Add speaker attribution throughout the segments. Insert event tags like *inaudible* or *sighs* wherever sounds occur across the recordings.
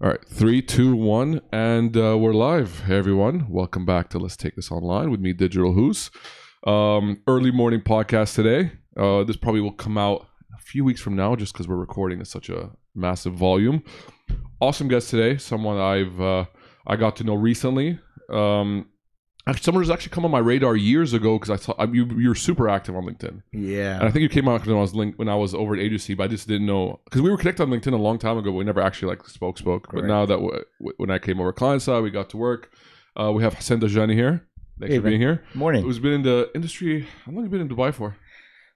Speaker 1: All right, three, two, one, and uh, we're live. Hey, everyone, welcome back to Let's Take This Online with me, Digital Who's. Um, early morning podcast today. Uh, this probably will come out a few weeks from now, just because we're recording at such a massive volume. Awesome guest today, someone I've uh, I got to know recently. Um, actually, someone who's actually come on my radar years ago because I saw I, you you're super active on LinkedIn. And
Speaker 2: Yeah.
Speaker 1: I think you came out when I was link, when I was over at agency, but I just didn't know because we were connected on LinkedIn a long time ago. But we never actually like spoke spoke. But
Speaker 2: Correct.
Speaker 1: now that w- w- when I came over client side, we got to work. Uh, we have Hassan Dajani here. Thanks
Speaker 2: Hey,
Speaker 1: for
Speaker 2: man.
Speaker 1: being here.
Speaker 2: Morning.
Speaker 1: Who's been in the industry? How long have you been in Dubai for?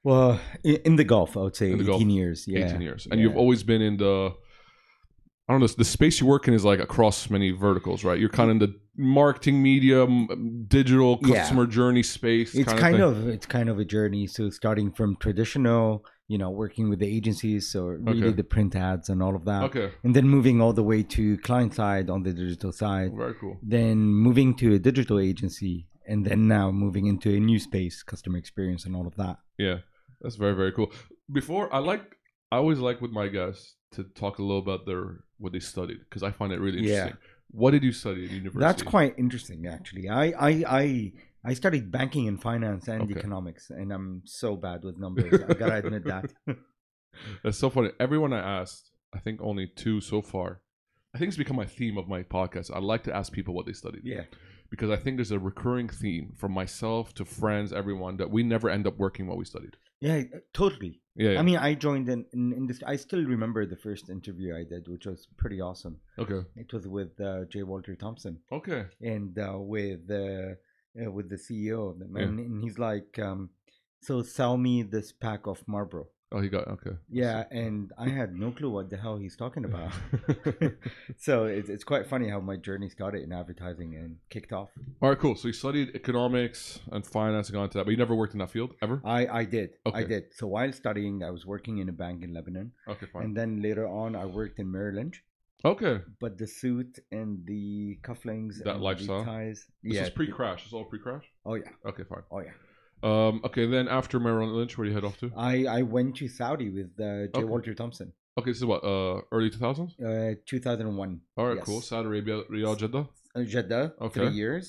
Speaker 2: well, in, in the Gulf, I would say
Speaker 1: In the
Speaker 2: 18
Speaker 1: Gulf.
Speaker 2: years. Yeah.
Speaker 1: Eighteen years, and
Speaker 2: Yeah.
Speaker 1: you've always been in the. I don't know. The space you work in is like across many verticals, right? You're kind of in the marketing, media, m- digital,
Speaker 2: Yeah.
Speaker 1: customer journey space.
Speaker 2: It's
Speaker 1: thing.
Speaker 2: kind of, it's kind of a journey. So starting from traditional, you know, working with the agencies or really
Speaker 1: Okay.
Speaker 2: the print ads and all of that.
Speaker 1: okay.
Speaker 2: And then moving all the way to client side on the digital side.
Speaker 1: Very cool.
Speaker 2: Then moving to a digital agency and then now moving into a new space, customer experience and all of that.
Speaker 1: Yeah, that's very very cool. Before I like, I always like with my guests to talk a little about their what they studied because I find it really
Speaker 2: Yeah.
Speaker 1: interesting. What did you study at university?
Speaker 2: That's quite interesting, actually. I, I, I, I studied banking and finance and
Speaker 1: Okay.
Speaker 2: economics, and I'm so bad
Speaker 1: *laughs*
Speaker 2: with numbers. I gotta admit that.
Speaker 1: That's so funny. Everyone I asked, I think only two so far. I think it's become my theme of my podcast. I like to ask people what they studied.
Speaker 2: Yeah,
Speaker 1: Because I think there's a recurring theme from myself to friends, everyone, that we never end up working what we studied.
Speaker 2: yeah, uh, totally.
Speaker 1: Yeah. yeah.
Speaker 2: I mean, I joined in, in, in this. I still remember the first interview I did, which was pretty awesome.
Speaker 1: okay.
Speaker 2: It was with uh, J. Walter Thompson
Speaker 1: Okay.
Speaker 2: and uh, with uh, uh, with the CEO of them,
Speaker 1: Yeah.
Speaker 2: and, and he's like, um, "So sell me this pack of Marlboro."
Speaker 1: Oh, he got okay.
Speaker 2: Yeah, and I had no clue what the hell he's talking
Speaker 1: *laughs*
Speaker 2: about. *laughs*
Speaker 1: about.
Speaker 2: so it's, it's quite funny how my journey started in advertising and kicked off.
Speaker 1: All right, cool. So you studied economics and finance and got into that, but you never worked in that field ever?
Speaker 2: I, I did. I
Speaker 1: Okay.
Speaker 2: did. So while studying, I was working in a bank in Lebanon.
Speaker 1: Okay, fine.
Speaker 2: And then later on, I worked in Merrill Lynch.
Speaker 1: Okay.
Speaker 2: But the suit and the cufflinks
Speaker 1: That
Speaker 2: and
Speaker 1: lifestyle?
Speaker 2: the ties.
Speaker 1: This
Speaker 2: yeah.
Speaker 1: is pre crash. It's all pre crash?
Speaker 2: oh, yeah.
Speaker 1: Okay, fine.
Speaker 2: Oh, yeah. Uh,
Speaker 1: Um, okay, then after Merrill Lynch, where do you head off to?
Speaker 2: I, I went to Saudi with uh, J.
Speaker 1: Okay.
Speaker 2: Walter Thompson,
Speaker 1: Okay, this is what, uh, early 2000s?
Speaker 2: uh, 2001.
Speaker 1: All right,
Speaker 2: Yes.
Speaker 1: cool. Saudi Arabia, Riyadh, Jeddah.
Speaker 2: Uh, Jeddah,
Speaker 1: Okay.
Speaker 2: three years.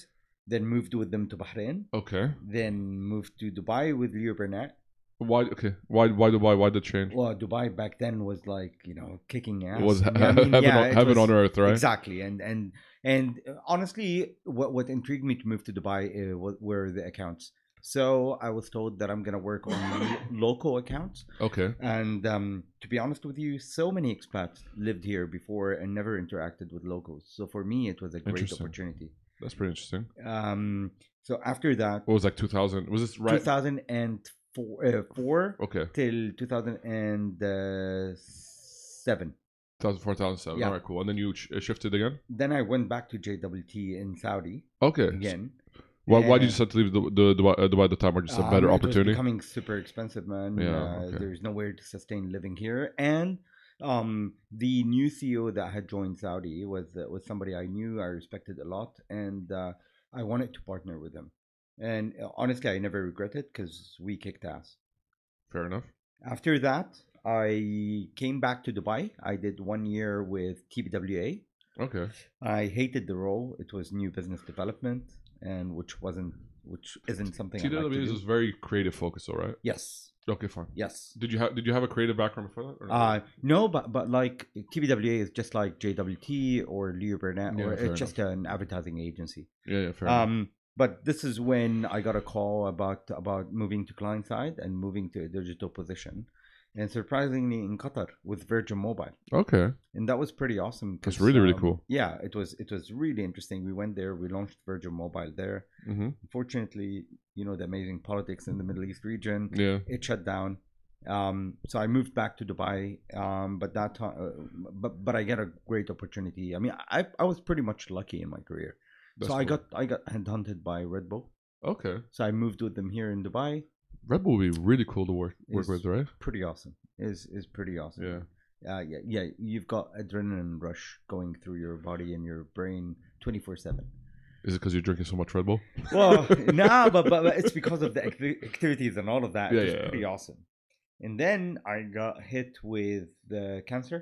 Speaker 2: Then moved with them to Bahrain.
Speaker 1: Okay.
Speaker 2: Then moved to Dubai with Leo Burnett.
Speaker 1: Why, okay. Why, why, why, why the change?
Speaker 2: Well, Dubai back then was like you know kicking ass.
Speaker 1: it was
Speaker 2: You
Speaker 1: *laughs*
Speaker 2: know what I mean?
Speaker 1: heaven,
Speaker 2: Yeah,
Speaker 1: on,
Speaker 2: it
Speaker 1: heaven
Speaker 2: was-
Speaker 1: on earth, right?
Speaker 2: Exactly, and and and uh, honestly, what what intrigued me to move to Dubai uh, wa- were the accounts. So I was told that I'm gonna work on
Speaker 1: *laughs*
Speaker 2: lo- local accounts,
Speaker 1: Okay.
Speaker 2: and um, to be honest with you, so many expats lived here before and never interacted with locals. So for me, it was a great
Speaker 1: Interesting.
Speaker 2: opportunity.
Speaker 1: That's pretty interesting.
Speaker 2: Um, so after that,
Speaker 1: What was like 2000? Was this right?
Speaker 2: 2004 uh, four
Speaker 1: Okay.
Speaker 2: till uh, 2007.
Speaker 1: 2004, 2007.
Speaker 2: Yeah.
Speaker 1: All right, cool. And then you sh- shifted again?
Speaker 2: Then I went back to JWT in Saudi
Speaker 1: Okay.
Speaker 2: again.
Speaker 1: Why, why did you
Speaker 2: And-
Speaker 1: decide to leave the, the, Dubai, uh, Dubai at the time or just a
Speaker 2: Um,
Speaker 1: better
Speaker 2: it was
Speaker 1: opportunity?
Speaker 2: becoming super expensive, man.
Speaker 1: Yeah,
Speaker 2: uh,
Speaker 1: okay.
Speaker 2: There's nowhere to sustain living here, and um, the new CEO that had joined Saudi was uh, was somebody I knew, I respected a lot, and uh, I wanted to partner with him. And uh, honestly, I never regret it because we kicked ass.
Speaker 1: Fair enough.
Speaker 2: After that, I came back to Dubai. I did one year with TBWA.
Speaker 1: Okay.
Speaker 2: I hated the role. It was new business development, and which wasn't, which isn't something. I like to
Speaker 1: TWS
Speaker 2: do.
Speaker 1: is very creative focused, all right?
Speaker 2: Yes,
Speaker 1: Okay, fine.
Speaker 2: yes.
Speaker 1: Did you have Did you have a creative background before that? Or no?
Speaker 2: Uh, no, but but like TBWA is just like JWT or Leo Burnett,
Speaker 1: Yeah,
Speaker 2: or
Speaker 1: fair
Speaker 2: it's just an advertising agency.
Speaker 1: yeah, yeah, fair enough.
Speaker 2: Um, but this is when I got a call about about moving to client side and moving to a digital position, and surprisingly in Qatar with Virgin Mobile,
Speaker 1: Okay,
Speaker 2: and that was pretty awesome.
Speaker 1: That's
Speaker 2: 'cause, um,
Speaker 1: really, really cool.
Speaker 2: Yeah, it was it was really interesting. We went there, we launched Virgin Mobile there.
Speaker 1: hmm
Speaker 2: Unfortunately, you know the amazing politics in the Middle East region
Speaker 1: yeah,
Speaker 2: it shut down. Um, so I moved back to Dubai, um, but that time, uh, but but I got a great opportunity. I mean, I I was pretty much lucky in my career.
Speaker 1: that's
Speaker 2: so I
Speaker 1: cool.
Speaker 2: got I got headhunted by Red Bull.
Speaker 1: okay.
Speaker 2: So I moved with them here in Dubai.
Speaker 1: Red Bull would be really cool to work work
Speaker 2: Is-
Speaker 1: with, right?
Speaker 2: Pretty awesome. Is is pretty awesome.
Speaker 1: Yeah,
Speaker 2: Uh, yeah, yeah. You've got adrenaline rush going through your body and your brain twenty four seven.
Speaker 1: is it because you're drinking so much Red Bull? *laughs*
Speaker 2: Well, *laughs* nah, but, but but it's because of the acti- activities and all of that.
Speaker 1: Yeah,
Speaker 2: it's
Speaker 1: yeah.
Speaker 2: pretty awesome. And then I got hit with the cancer.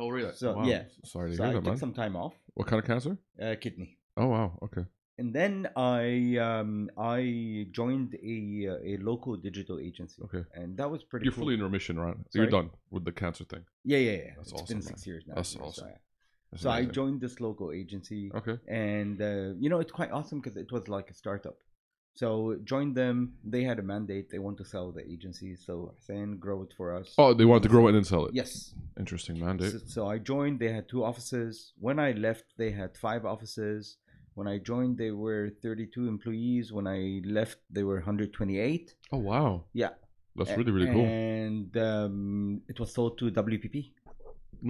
Speaker 1: Oh, really?
Speaker 2: So, yeah.
Speaker 1: Sorry to
Speaker 2: so
Speaker 1: hear
Speaker 2: I
Speaker 1: that, man.
Speaker 2: took some time off.
Speaker 1: What kind of cancer?
Speaker 2: Uh, kidney.
Speaker 1: Oh, wow. Okay.
Speaker 2: And then I um, I joined a uh, a local digital agency,
Speaker 1: Okay.
Speaker 2: and that was pretty.
Speaker 1: You're
Speaker 2: cool.
Speaker 1: fully in remission, right? So you're
Speaker 2: Sorry?
Speaker 1: done with the cancer thing.
Speaker 2: Yeah, yeah, yeah.
Speaker 1: That's
Speaker 2: It's
Speaker 1: awesome,
Speaker 2: been
Speaker 1: man.
Speaker 2: six years now.
Speaker 1: That's
Speaker 2: so,
Speaker 1: awesome.
Speaker 2: yeah.
Speaker 1: That's
Speaker 2: So I
Speaker 1: amazing.
Speaker 2: joined this local agency,
Speaker 1: Okay.
Speaker 2: and uh, you know it's quite awesome because it was like a startup. So joined them. They had a mandate. They want to sell the agency. So Hussein, grow it for us.
Speaker 1: Oh, they wanted to grow it and then sell it.
Speaker 2: yes.
Speaker 1: Interesting mandate.
Speaker 2: So, so I joined. They had two offices. When I left, they had five offices. When I joined, they were 32 employees. When I left, they were 128.
Speaker 1: Oh, wow.
Speaker 2: Yeah.
Speaker 1: That's really, really cool.
Speaker 2: And um, it was sold to WPP.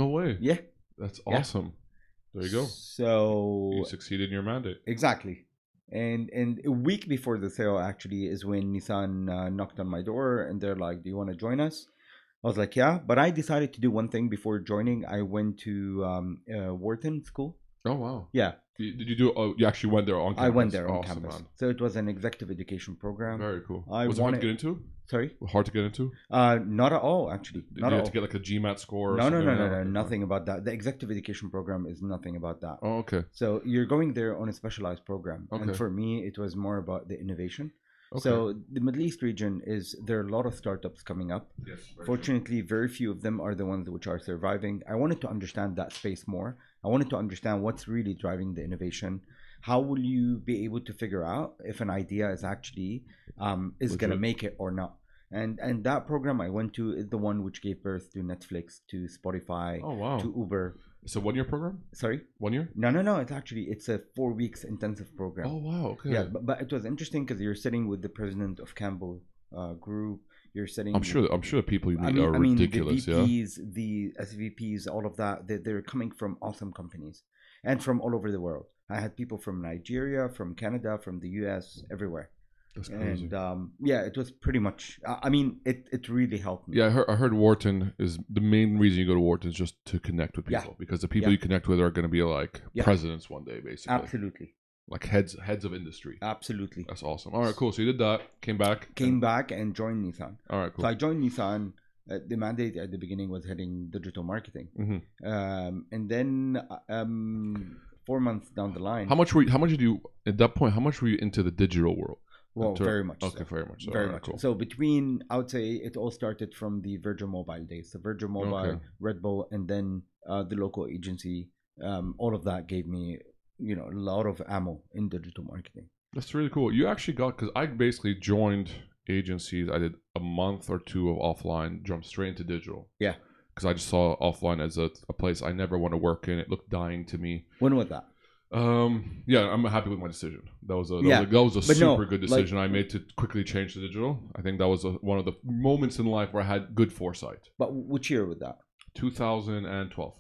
Speaker 1: No way.
Speaker 2: Yeah.
Speaker 1: That's
Speaker 2: Yeah.
Speaker 1: awesome. There you go.
Speaker 2: So
Speaker 1: You succeeded in your mandate.
Speaker 2: Exactly. And and a week before the sale actually is when Nissan uh, knocked on my door and they're like, "Do you want to join us?" I was like, "Yeah," but I decided to do one thing before joining. I went to um, uh, Wharton School.
Speaker 1: Oh, wow.
Speaker 2: Yeah,
Speaker 1: Y- Did you do? Oh, you actually went there on campus.
Speaker 2: I went there on
Speaker 1: Awesome,
Speaker 2: campus.
Speaker 1: man.
Speaker 2: So it was an executive education program.
Speaker 1: Very cool.
Speaker 2: I
Speaker 1: was it hard to
Speaker 2: wanted-
Speaker 1: get into?
Speaker 2: Sorry,
Speaker 1: Hard to get into?
Speaker 2: uh, not at all actually.
Speaker 1: Did
Speaker 2: Not
Speaker 1: you
Speaker 2: at
Speaker 1: have
Speaker 2: all.
Speaker 1: to get like a GMAT score? Or
Speaker 2: no, no,
Speaker 1: something?
Speaker 2: no, no, no,
Speaker 1: okay.
Speaker 2: nothing about that. The executive education program is nothing about that.
Speaker 1: Oh, okay.
Speaker 2: So you're going there on a specialized program,
Speaker 1: Okay.
Speaker 2: and for me, it was more about the innovation.
Speaker 1: okay.
Speaker 2: So the Middle East region is there are a lot of startups coming up.
Speaker 1: Yes, very true.
Speaker 2: Fortunately, very few of them are the ones which are surviving. I wanted to understand that space more. I wanted to understand what's really driving the innovation. How will you be able to figure out if an idea is actually um, is going to
Speaker 1: Legit.
Speaker 2: make it or not? And and that program I went to is the one which gave birth to Netflix, to Spotify,
Speaker 1: Oh wow.
Speaker 2: to Uber.
Speaker 1: It's a one-year program.
Speaker 2: Sorry,
Speaker 1: One year.
Speaker 2: no, no, no. It's actually it's a four weeks intensive program.
Speaker 1: Oh wow. Okay.
Speaker 2: Yeah, but, but it was interesting because you're sitting with the president of Campbell uh, Group. You're sitting.
Speaker 1: I'm sure. That, I'm sure the people you meet
Speaker 2: I mean,
Speaker 1: are
Speaker 2: I mean,
Speaker 1: ridiculous.
Speaker 2: the
Speaker 1: yeah.
Speaker 2: VPs, the SVPs, all of that. They, they're coming from awesome companies and from all over the world. I had people from Nigeria, from Canada, from the U.S., everywhere.
Speaker 1: That's crazy.
Speaker 2: And um, yeah, it was pretty much. I I mean, it, it really helped me.
Speaker 1: yeah, I heard, I heard Wharton is the main reason you go to Wharton is just to connect with
Speaker 2: Yeah.
Speaker 1: people because the people
Speaker 2: Yeah.
Speaker 1: you connect with are going to be like
Speaker 2: Yeah.
Speaker 1: presidents one day, basically,
Speaker 2: absolutely,
Speaker 1: like heads heads of industry.
Speaker 2: absolutely.
Speaker 1: That's awesome. All right, cool. So you did that, came back,
Speaker 2: Came back and joined Nissan.
Speaker 1: All right, cool.
Speaker 2: So I joined Nissan. Uh, the mandate at the beginning was heading digital marketing.
Speaker 1: Mhm.
Speaker 2: Um, and then uh, um, four months down the line,
Speaker 1: How much were you, how much did you at that point? How much were you into the digital world?
Speaker 2: well,
Speaker 1: Tur-
Speaker 2: very much. so.
Speaker 1: Okay, very much. So.
Speaker 2: Very
Speaker 1: All right,
Speaker 2: much.
Speaker 1: Cool.
Speaker 2: So between, I would say it all started from the Virgin Mobile days. The Virgin Mobile,
Speaker 1: Okay.
Speaker 2: Red Bull, and then uh, the local agency. Um, all of that gave me, you know, a lot of ammo in digital marketing.
Speaker 1: That's really cool. You actually got because I basically joined agencies. I did a month or two of offline, jumped straight into digital.
Speaker 2: Yeah.
Speaker 1: Because I just saw offline as a, a place I never want to work in. It looked dying to me.
Speaker 2: When was that?
Speaker 1: Um. Yeah, I'm happy with my decision. That was a that
Speaker 2: Yeah,
Speaker 1: was a, that was a
Speaker 2: but no,
Speaker 1: super good
Speaker 2: like-
Speaker 1: decision I made to quickly change to digital. I think that was a, one of the moments in life where I had good foresight.
Speaker 2: But which year was that?
Speaker 1: 2012.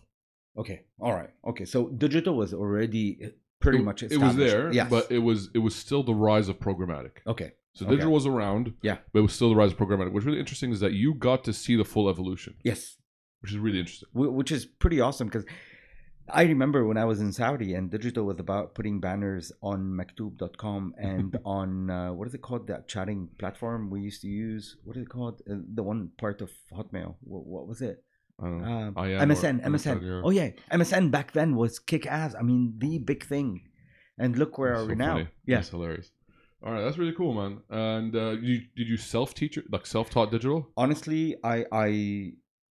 Speaker 2: Okay, all right. Okay, so digital was already uh, pretty
Speaker 1: It-
Speaker 2: much
Speaker 1: it was
Speaker 2: established.
Speaker 1: there,
Speaker 2: Yes.
Speaker 1: but it was it was still the rise of programmatic.
Speaker 2: okay.
Speaker 1: So
Speaker 2: Okay.
Speaker 1: digital was around,
Speaker 2: Yeah.
Speaker 1: but it was still the rise of programmatic. What's really interesting is that you got to see the full evolution,
Speaker 2: Yes,
Speaker 1: which is really interesting.
Speaker 2: wh- which is pretty awesome because I remember when I was in Saudi and digital was about putting banners on maktub.com
Speaker 1: *laughs*
Speaker 2: and on uh, what is it called that chatting platform we used to use? What is it called? Uh, the one part of Hotmail. What, what was it?
Speaker 1: I don't know.
Speaker 2: Um,
Speaker 1: Oh, I am
Speaker 2: MSN.
Speaker 1: or-
Speaker 2: MSN.
Speaker 1: yeah.
Speaker 2: Oh yeah, MSN back then was kick ass. I mean, the big thing. And look where
Speaker 1: That's
Speaker 2: are
Speaker 1: so
Speaker 2: we now?
Speaker 1: funny.
Speaker 2: Yeah.
Speaker 1: That's hilarious. All right, that's really cool, man. And uh, you, did you self teach it, like self taught digital,
Speaker 2: Honestly, I I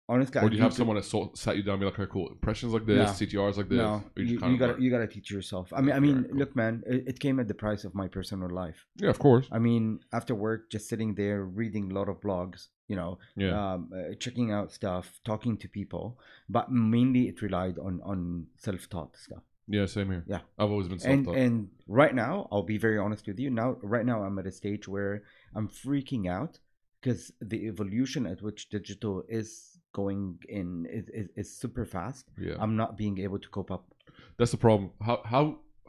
Speaker 2: honestly I
Speaker 1: or do you have
Speaker 2: didn't-
Speaker 1: someone that so, sat you down and be like, okay, cool, impressions like this, CTRs like this?
Speaker 2: No,
Speaker 1: or
Speaker 2: you,
Speaker 1: just kind
Speaker 2: you
Speaker 1: of
Speaker 2: gotta
Speaker 1: learn?
Speaker 2: you gotta teach yourself. I mean, I
Speaker 1: Okay,
Speaker 2: mean,
Speaker 1: alright, cool.
Speaker 2: look, man, it, it came at the price of my personal life.
Speaker 1: yeah, of course.
Speaker 2: I mean, after work, just sitting there reading a lot of blogs, you know,
Speaker 1: Yeah,
Speaker 2: um, uh, checking out stuff, talking to people, but mainly it relied on on self taught stuff.
Speaker 1: yeah, same here.
Speaker 2: yeah.
Speaker 1: I've always been self
Speaker 2: And
Speaker 1: taught.
Speaker 2: and right now, I'll be very honest with you. Now, right now, I'm at a stage where I'm freaking out because the evolution at which digital is going in is, is, is super fast.
Speaker 1: Yeah,
Speaker 2: I'm not being able to cope up.
Speaker 1: that's the problem. How how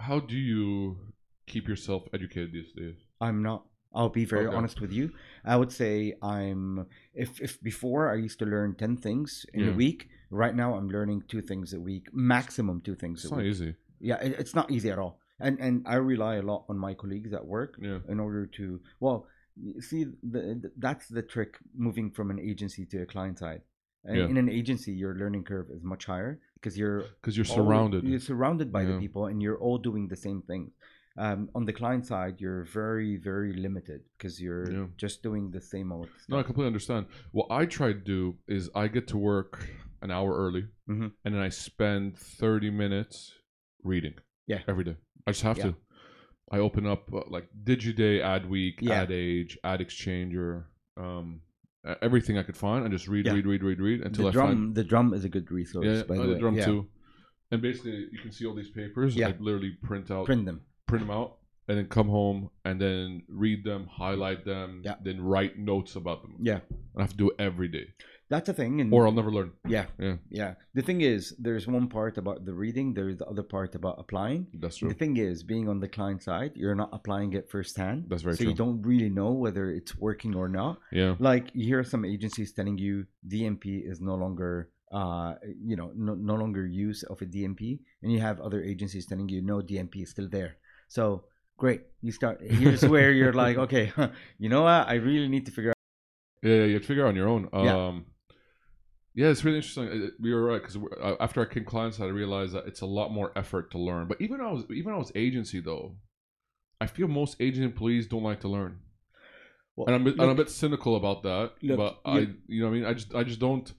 Speaker 1: how do you keep yourself educated these days?
Speaker 2: I'm not. I'll be very
Speaker 1: Okay.
Speaker 2: honest with you. I would say I'm if if before I used to learn ten things in
Speaker 1: Yeah.
Speaker 2: a week. Right now I'm learning two things a week, maximum two things
Speaker 1: It's
Speaker 2: a
Speaker 1: not
Speaker 2: week.
Speaker 1: easy.
Speaker 2: Yeah, it, it's not easy at all. And and I rely a lot on my colleagues at work
Speaker 1: Yeah.
Speaker 2: in order to well you see the, that's the trick moving from an agency to a client side. And
Speaker 1: Yeah.
Speaker 2: in an agency, your learning curve is much higher because you're
Speaker 1: because you're
Speaker 2: all-
Speaker 1: surrounded.
Speaker 2: you're surrounded by the
Speaker 1: Yeah.
Speaker 2: people, and you're all doing the same thing. Um, on the client side, you're very, very limited because you're
Speaker 1: Yeah.
Speaker 2: just doing the same old stuff.
Speaker 1: No, I completely understand. What I try to do is I get to work an hour early,
Speaker 2: Mhm.
Speaker 1: and then I spend thirty minutes reading.
Speaker 2: Yeah.
Speaker 1: every day. I just have
Speaker 2: Yeah.
Speaker 1: to. I open up uh, like DigiDay, AdWeek,
Speaker 2: Yeah.
Speaker 1: AdAge, AdExchanger, um, e- everything I could find, and just read,
Speaker 2: Yeah.
Speaker 1: read, read, read, read until
Speaker 2: the
Speaker 1: I
Speaker 2: drum,
Speaker 1: find
Speaker 2: the drum is a good resource.
Speaker 1: yeah,
Speaker 2: by
Speaker 1: oh,
Speaker 2: the
Speaker 1: the
Speaker 2: way.
Speaker 1: drum
Speaker 2: yeah.
Speaker 1: too. And basically, you can see all these papers.
Speaker 2: Yeah.
Speaker 1: I literally print out
Speaker 2: Print them.
Speaker 1: print them out and then come home and then read them, highlight them,
Speaker 2: Yeah.
Speaker 1: then write notes about them.
Speaker 2: Yeah. Mm-hmm.
Speaker 1: And I have to do it every day,
Speaker 2: That's the thing. And
Speaker 1: or I'll never learn.
Speaker 2: yeah,
Speaker 1: Yeah.
Speaker 2: yeah. The thing is, there's one part about the reading. There's the other part about applying.
Speaker 1: That's
Speaker 2: The *laughs*
Speaker 1: true.
Speaker 2: thing is, being on the client side, you're not applying it firsthand.
Speaker 1: That's very
Speaker 2: so you
Speaker 1: true.
Speaker 2: don't really know whether it's working or not.
Speaker 1: Yeah,
Speaker 2: Like you hear some agencies telling you DMP is no longer, uh, you know, no, no longer use of a DMP, and you have other agencies telling you no DMP is still there. So great, you start.
Speaker 1: *laughs*
Speaker 2: Here's where you're like, okay, *laughs* you know what? I really need to figure out.
Speaker 1: yeah, yeah. You have to figure out on your own.
Speaker 2: Yeah.
Speaker 1: Um, yeah. it's really interesting. Uh, We were right because after I came clients, I realized that it's a lot more effort to learn. But even I was even I was agency though, I feel most agent employees don't like to learn.
Speaker 2: Well,
Speaker 1: and I'm, a bit- and
Speaker 2: look,
Speaker 1: I'm a bit cynical about that.
Speaker 2: Look,
Speaker 1: but
Speaker 2: you-
Speaker 1: I, you know, what I mean, I just, I just don't.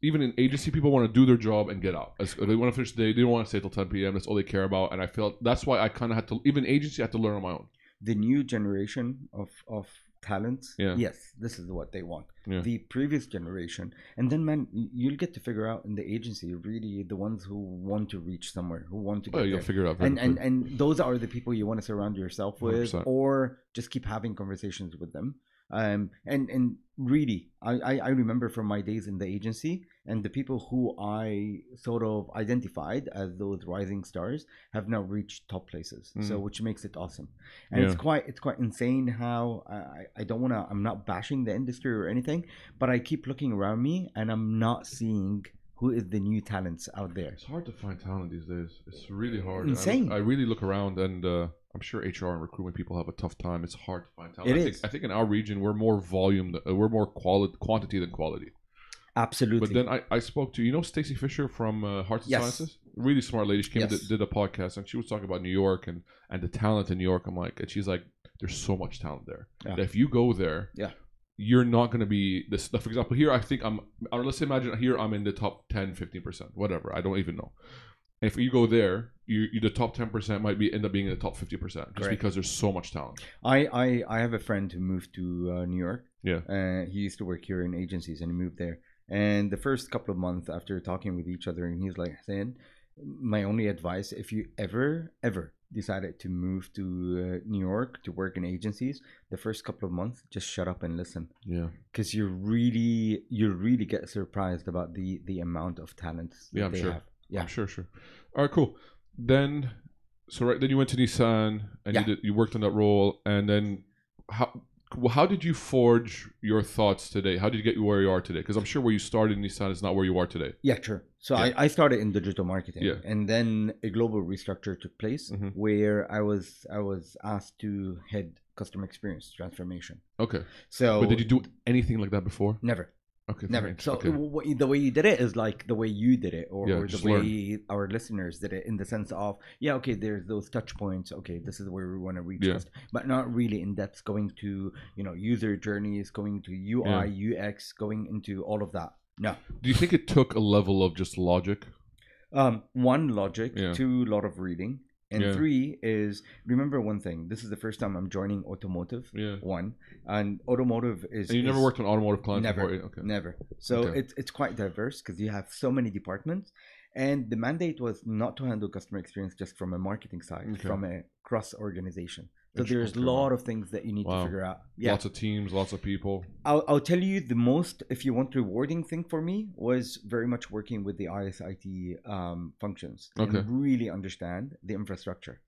Speaker 1: Even in agency, people want to do their job and get out. As- They want to finish the day. They don't want to stay till 10 p.m. That's all they care about. And I felt that's why I kind of had to. Even agency, I had to learn on my own.
Speaker 2: the new generation of of talents
Speaker 1: Yeah.
Speaker 2: yes this is what they want
Speaker 1: Yeah.
Speaker 2: the previous generation and then man y- you'll get to figure out in the agency really the ones who want to reach somewhere who want to get
Speaker 1: Well, you'll
Speaker 2: there.
Speaker 1: Oh, figure it out. very
Speaker 2: and, and
Speaker 1: quick.
Speaker 2: and those are the people you want to surround yourself with
Speaker 1: 100%.
Speaker 2: or just keep having conversations with them um and and really I, I i remember from my days in the agency and the people who i sort of identified as those rising stars have now reached top places so
Speaker 1: Mm.
Speaker 2: which makes it awesome and it's quite it's quite insane how I- i i don't want to i'm not bashing the industry or anything but i keep looking around me and i'm not seeing who is the new talents out there
Speaker 1: it's hard to find talent these days. It's really hard. I-
Speaker 2: Insane.
Speaker 1: I, really look around, and uh, I'm sure HR and recruitment people have a tough time. It's hard to find talent.
Speaker 2: It
Speaker 1: I think,
Speaker 2: is.
Speaker 1: I think in our region, we're more volume, th- uh, we're more quality, quantity than quality.
Speaker 2: absolutely
Speaker 1: But then I, I spoke to you know Stacy Fisher from uh, Hearts and
Speaker 2: Yes.
Speaker 1: Sciences, really smart lady. She came and
Speaker 2: Yes.
Speaker 1: did, did a podcast and she was talking about New York and and the talent in New York. I'm like, and she's like, there's so much talent there.
Speaker 2: Yeah.
Speaker 1: That if you go there,
Speaker 2: Yeah.
Speaker 1: you're not gonna be this. For example, here I think I'm. Or let's imagine here I'm in the top 10, 15 percent, whatever. I don't even know. If you go there, you, you the top ten percent might be end up being in the top fifty percent just
Speaker 2: Correct.
Speaker 1: because there's so much talent.
Speaker 2: I, I, I have a friend who moved to uh, New York.
Speaker 1: Yeah.
Speaker 2: Uh, he used to work here in agencies and he moved there. And the first couple of months after talking with each other, and he's like, Hussein, my only advice if you ever, ever decided to move to uh, New York to work in agencies, the first couple of months, just shut up and listen.
Speaker 1: Yeah,
Speaker 2: Because you really, you really get surprised about the, the amount of talent that
Speaker 1: Yeah, I'm
Speaker 2: they
Speaker 1: sure.
Speaker 2: have. Yeah.
Speaker 1: sure, sure. All right, cool. Then, so right then you went to Nissan and
Speaker 2: Yeah.
Speaker 1: you did, you worked on that role, and then how well, how did you forge your thoughts today? How did you get where you are today? Because I'm sure where you started in Nissan is not where you are today.
Speaker 2: Yeah, sure. So
Speaker 1: Yeah.
Speaker 2: I, I started in digital marketing,
Speaker 1: Yeah.
Speaker 2: and then a global restructure took place
Speaker 1: Mhm.
Speaker 2: where I was I was asked to head customer experience transformation.
Speaker 1: Okay,
Speaker 2: So
Speaker 1: but did you do anything like that before?
Speaker 2: never,
Speaker 1: Okay,
Speaker 2: never.
Speaker 1: thanks.
Speaker 2: So
Speaker 1: okay.
Speaker 2: w- w- the way you did it is like the way you did it, or,
Speaker 1: Yeah,
Speaker 2: or the
Speaker 1: just
Speaker 2: way
Speaker 1: learn.
Speaker 2: our listeners did it, in the sense of yeah, okay, there's those touch points. Okay, this is where we want to reach,
Speaker 1: Yeah.
Speaker 2: cust- but not really in depth. Going to you know user journeys, going to UI, UX, going into all of that. No.
Speaker 1: do you think it took a level of just logic?
Speaker 2: um one logic
Speaker 1: Yeah.
Speaker 2: two lot of reading and
Speaker 1: Yeah.
Speaker 2: three is remember one thing this is the first time i'm joining automotive
Speaker 1: Yeah,
Speaker 2: one and automotive is
Speaker 1: and you never
Speaker 2: is-
Speaker 1: worked on automotive clients
Speaker 2: never.
Speaker 1: before. eh? Okay,
Speaker 2: never so
Speaker 1: Okay.
Speaker 2: it's it's quite diverse because you have so many departments and the mandate was not to handle customer experience just from a marketing side
Speaker 1: Okay.
Speaker 2: from a cross organization so
Speaker 1: Inter-
Speaker 2: there's a
Speaker 1: okay, wow.
Speaker 2: lot of things that you need
Speaker 1: Wow.
Speaker 2: to figure out yeah
Speaker 1: lots of teams, lots of people.
Speaker 2: I'll, I'll tell you the most, if you want, rewarding thing for me was very much working with the ISIT um, functions
Speaker 1: Okay.
Speaker 2: and really understand the infrastructure.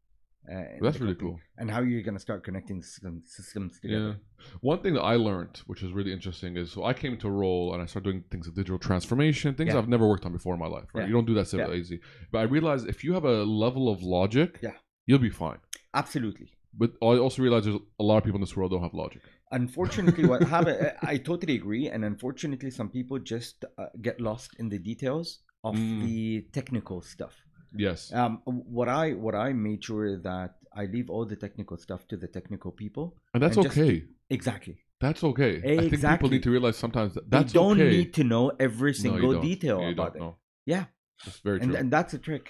Speaker 2: Uh, in
Speaker 1: That's
Speaker 2: the
Speaker 1: really
Speaker 2: company
Speaker 1: cool.
Speaker 2: And how you're going to start connecting system, systems
Speaker 1: Yeah.
Speaker 2: together.
Speaker 1: One thing that I learned, which is really interesting, is so I came to role and I started doing things of digital transformation, things
Speaker 2: Yeah.
Speaker 1: I've never worked on before in my life. Right?
Speaker 2: Yeah.
Speaker 1: You don't do that so
Speaker 2: Yeah.
Speaker 1: easy. But I realized if you have a level of logic,
Speaker 2: Yeah.
Speaker 1: you'll be fine.
Speaker 2: Absolutely.
Speaker 1: But I also realized there's a lot of people in this world don't have logic.
Speaker 2: unfortunately what *laughs* happened uh, i totally agree and unfortunately some people just uh, get lost in the details of
Speaker 1: Mm.
Speaker 2: the technical stuff
Speaker 1: Yes.
Speaker 2: um, what i what i made sure that i leave all the technical stuff to the technical people
Speaker 1: And that's
Speaker 2: and just-
Speaker 1: okay.
Speaker 2: exactly
Speaker 1: That's okay. I think people
Speaker 2: Exactly.
Speaker 1: need to realize sometimes that
Speaker 2: they
Speaker 1: that's
Speaker 2: don't
Speaker 1: okay.
Speaker 2: need to know every
Speaker 1: No, you
Speaker 2: single
Speaker 1: don't.
Speaker 2: detail
Speaker 1: Yeah, you
Speaker 2: about
Speaker 1: don't
Speaker 2: it
Speaker 1: know.
Speaker 2: Yeah.
Speaker 1: That's very
Speaker 2: and,
Speaker 1: true.
Speaker 2: and that's a trick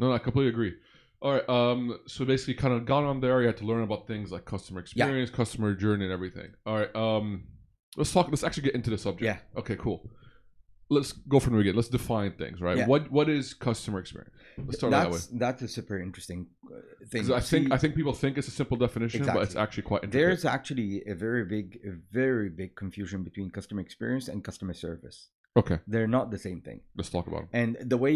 Speaker 1: No, no, I completely agree. All right. Um. So basically, kind of gone on there. You had to learn about things like customer experience, customer journey, and everything. All right. Um. Let's talk. Let's actually get into the subject.
Speaker 2: Yeah.
Speaker 1: Okay. Cool. Let's go from the beginning. Let's define things, right?
Speaker 2: Yeah.
Speaker 1: What What is customer experience? Let's start that way.
Speaker 2: that's that's a super interesting uh, thing
Speaker 1: Because I think
Speaker 2: See,
Speaker 1: I think people think it's a simple definition, but it's
Speaker 2: Exactly.
Speaker 1: actually quite intricate.
Speaker 2: there's actually a very big a very big confusion between customer experience and customer service
Speaker 1: Okay.
Speaker 2: they're not the same thing
Speaker 1: Let's talk about it.
Speaker 2: and the way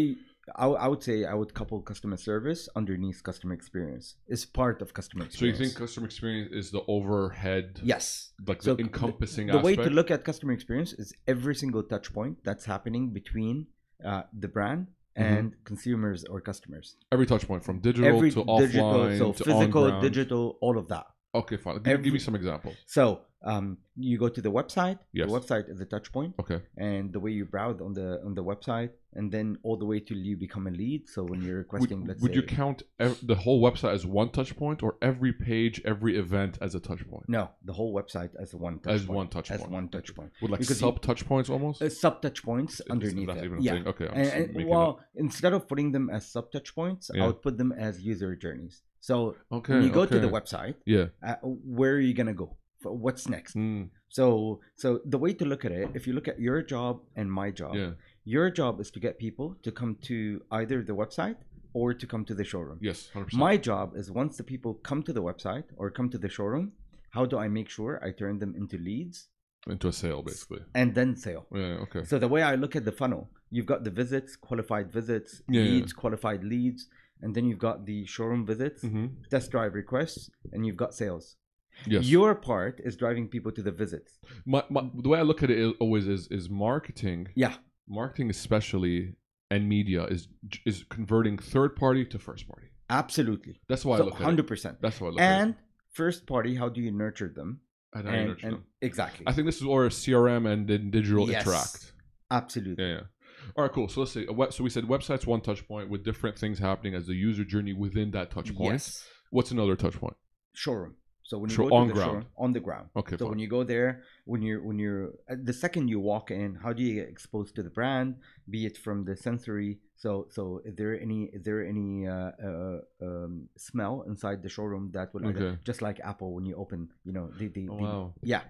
Speaker 2: I, I would say I would couple customer service underneath customer experience is part of customer
Speaker 1: So you
Speaker 2: experience.
Speaker 1: think customer experience is the overhead,
Speaker 2: yes.
Speaker 1: like
Speaker 2: So
Speaker 1: the
Speaker 2: c-
Speaker 1: encompassing
Speaker 2: The way
Speaker 1: aspect?
Speaker 2: to look at customer experience is every single touch point that's happening between uh, the brand and consumers or customers.
Speaker 1: Every touch point from Mm-hmm. digital
Speaker 2: every
Speaker 1: to offline
Speaker 2: so
Speaker 1: to
Speaker 2: physical,
Speaker 1: on-ground.
Speaker 2: digital, all of that.
Speaker 1: Okay, fine. Give, give me
Speaker 2: every-
Speaker 1: some examples.
Speaker 2: So um, you go to the website.
Speaker 1: Yes.
Speaker 2: The website is the touch point,
Speaker 1: Okay.
Speaker 2: and the way you browse on the on the website, and then all the way till you become a lead. So when you're requesting,
Speaker 1: Would,
Speaker 2: let's
Speaker 1: would
Speaker 2: say,
Speaker 1: you count ev- the whole website as one touch point or every page, every event as a touch point?
Speaker 2: No, the whole website as one touch
Speaker 1: As
Speaker 2: point.
Speaker 1: one touch
Speaker 2: as
Speaker 1: point.
Speaker 2: one touch point.
Speaker 1: With like
Speaker 2: Because you-
Speaker 1: sub touch points almost?
Speaker 2: Uh, sub touch points
Speaker 1: Is- is
Speaker 2: underneath
Speaker 1: that
Speaker 2: it.
Speaker 1: even a
Speaker 2: yeah.
Speaker 1: thing? Okay. I'm
Speaker 2: And,
Speaker 1: just
Speaker 2: and-
Speaker 1: making
Speaker 2: well, instead of putting them as sub touch points,
Speaker 1: Yeah.
Speaker 2: I would put them as user journeys. So
Speaker 1: it. Okay.
Speaker 2: when you go
Speaker 1: okay.
Speaker 2: to the website,
Speaker 1: Yeah.
Speaker 2: uh, where are you gonna go? For- What's next?
Speaker 1: Mm,
Speaker 2: So, so the way to look at it, if you look at your job and my job,
Speaker 1: yeah.
Speaker 2: your job is to get people to come to either the website or to come to the showroom.
Speaker 1: Yes. 100%.
Speaker 2: My job is once the people come to the website or come to the showroom, how do I make sure I turn them into leads
Speaker 1: Into a sale, basically.
Speaker 2: and then sale?
Speaker 1: Yeah. Okay.
Speaker 2: So the way I look at the funnel, you've got the visits, qualified visits,
Speaker 1: Yeah, yeah.
Speaker 2: leads, qualified leads, and then you've got the showroom visits,
Speaker 1: hmm
Speaker 2: test drive requests, and you've got sales.
Speaker 1: Yes.
Speaker 2: Your part is driving people to the visits.
Speaker 1: my, my, the way I look at it is, always is is marketing.
Speaker 2: Yeah.
Speaker 1: Marketing, especially, and media is is converting third party to first party.
Speaker 2: Absolutely.
Speaker 1: That's why I
Speaker 2: so
Speaker 1: look at it.
Speaker 2: 100%.
Speaker 1: That's why I look at it.
Speaker 2: And first party, how do you nurture them?
Speaker 1: And how you
Speaker 2: and,
Speaker 1: nurture
Speaker 2: and-
Speaker 1: them.
Speaker 2: exactly.
Speaker 1: I think this is where CRM and then digital
Speaker 2: Yes.
Speaker 1: interact.
Speaker 2: Absolutely.
Speaker 1: Yeah, yeah. All right, cool. So let's see. A web, so we said website's one touch point with different things happening as the user journey within that touch point.
Speaker 2: Yes.
Speaker 1: What's another touch point?
Speaker 2: Showroom. So when you
Speaker 1: Sure,
Speaker 2: go to
Speaker 1: on
Speaker 2: the
Speaker 1: ground.
Speaker 2: showroom, on the ground.
Speaker 1: Okay,
Speaker 2: So
Speaker 1: fine.
Speaker 2: when you go there, when you're when you're uh, the second you walk in, how do you get exposed to the brand? Be it from the sensory. So so is there any is there any uh, uh, um, smell inside the showroom that will
Speaker 1: Okay.
Speaker 2: just like Apple when you open, you know the the,
Speaker 1: Oh,
Speaker 2: the-
Speaker 1: wow.
Speaker 2: yeah.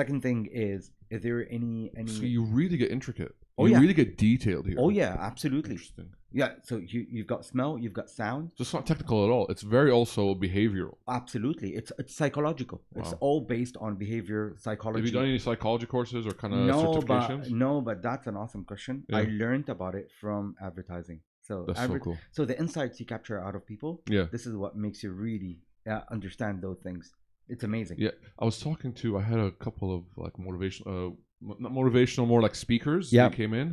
Speaker 2: Second thing is is there any any
Speaker 1: So you really get intricate.
Speaker 2: Oh,
Speaker 1: you
Speaker 2: yeah.
Speaker 1: really get detailed here.
Speaker 2: oh yeah absolutely
Speaker 1: Interesting.
Speaker 2: yeah. So you you've got smell, you've got sound.
Speaker 1: So it's not technical at all. It's very also behavioral.
Speaker 2: Absolutely, it's it's psychological. It's
Speaker 1: Wow.
Speaker 2: all based on behavior psychology.
Speaker 1: Have you done any psychology courses or kind of
Speaker 2: no,
Speaker 1: certifications?
Speaker 2: but no, but that's an awesome question. I
Speaker 1: Yeah.
Speaker 2: learned about it from advertising. So
Speaker 1: That's so
Speaker 2: adver-
Speaker 1: cool.
Speaker 2: so the insights you capture out of people,
Speaker 1: Yeah.
Speaker 2: this is what makes you really uh, understand those things. It's amazing.
Speaker 1: Yeah. I was talking to. I had a couple of like motivational, uh, mo- not motivational, more like speakers.
Speaker 2: Yeah.
Speaker 1: that came in,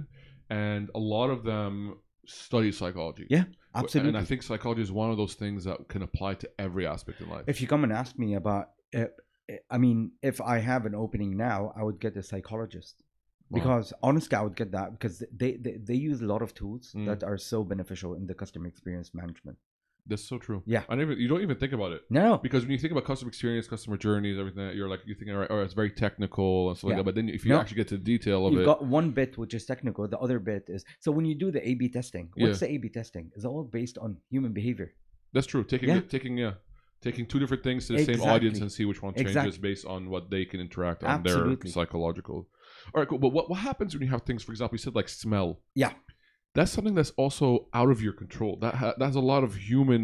Speaker 1: and a lot of them study psychology.
Speaker 2: Yeah,
Speaker 1: Wh-
Speaker 2: absolutely.
Speaker 1: And I think psychology is one of those things that can apply to every aspect in life.
Speaker 2: if you come and ask me about, uh, uh, I mean, if I have an opening now, I would get a psychologist
Speaker 1: Wow.
Speaker 2: because honestly, I would get that because they they, they use a lot of tools
Speaker 1: Mm.
Speaker 2: that are so beneficial in the customer experience management.
Speaker 1: that's so true.
Speaker 2: Yeah.
Speaker 1: I never. You don't even think about it
Speaker 2: No,
Speaker 1: because when you think about customer experience, customer journeys, everything, that you're like you're thinking, all right, all right, it's very technical and stuff
Speaker 2: Yeah.
Speaker 1: like that. But then if you
Speaker 2: No.
Speaker 1: actually get to the detail of
Speaker 2: You've
Speaker 1: it,
Speaker 2: got one bit which is technical. The other bit is so when you do the A/B testing, what's the A/B testing? It's all based on human behavior.
Speaker 1: that's true. Taking
Speaker 2: Yeah.
Speaker 1: it taking yeah. Taking two different things to the same audience
Speaker 2: Exactly.
Speaker 1: and see which one changes
Speaker 2: Exactly.
Speaker 1: based on what they can interact on
Speaker 2: Absolutely.
Speaker 1: their psychological. All right, cool. But what, what happens when you have things, for example, you said like smell.
Speaker 2: Yeah.
Speaker 1: That's something that's also out of your control. That ha- that's a lot of human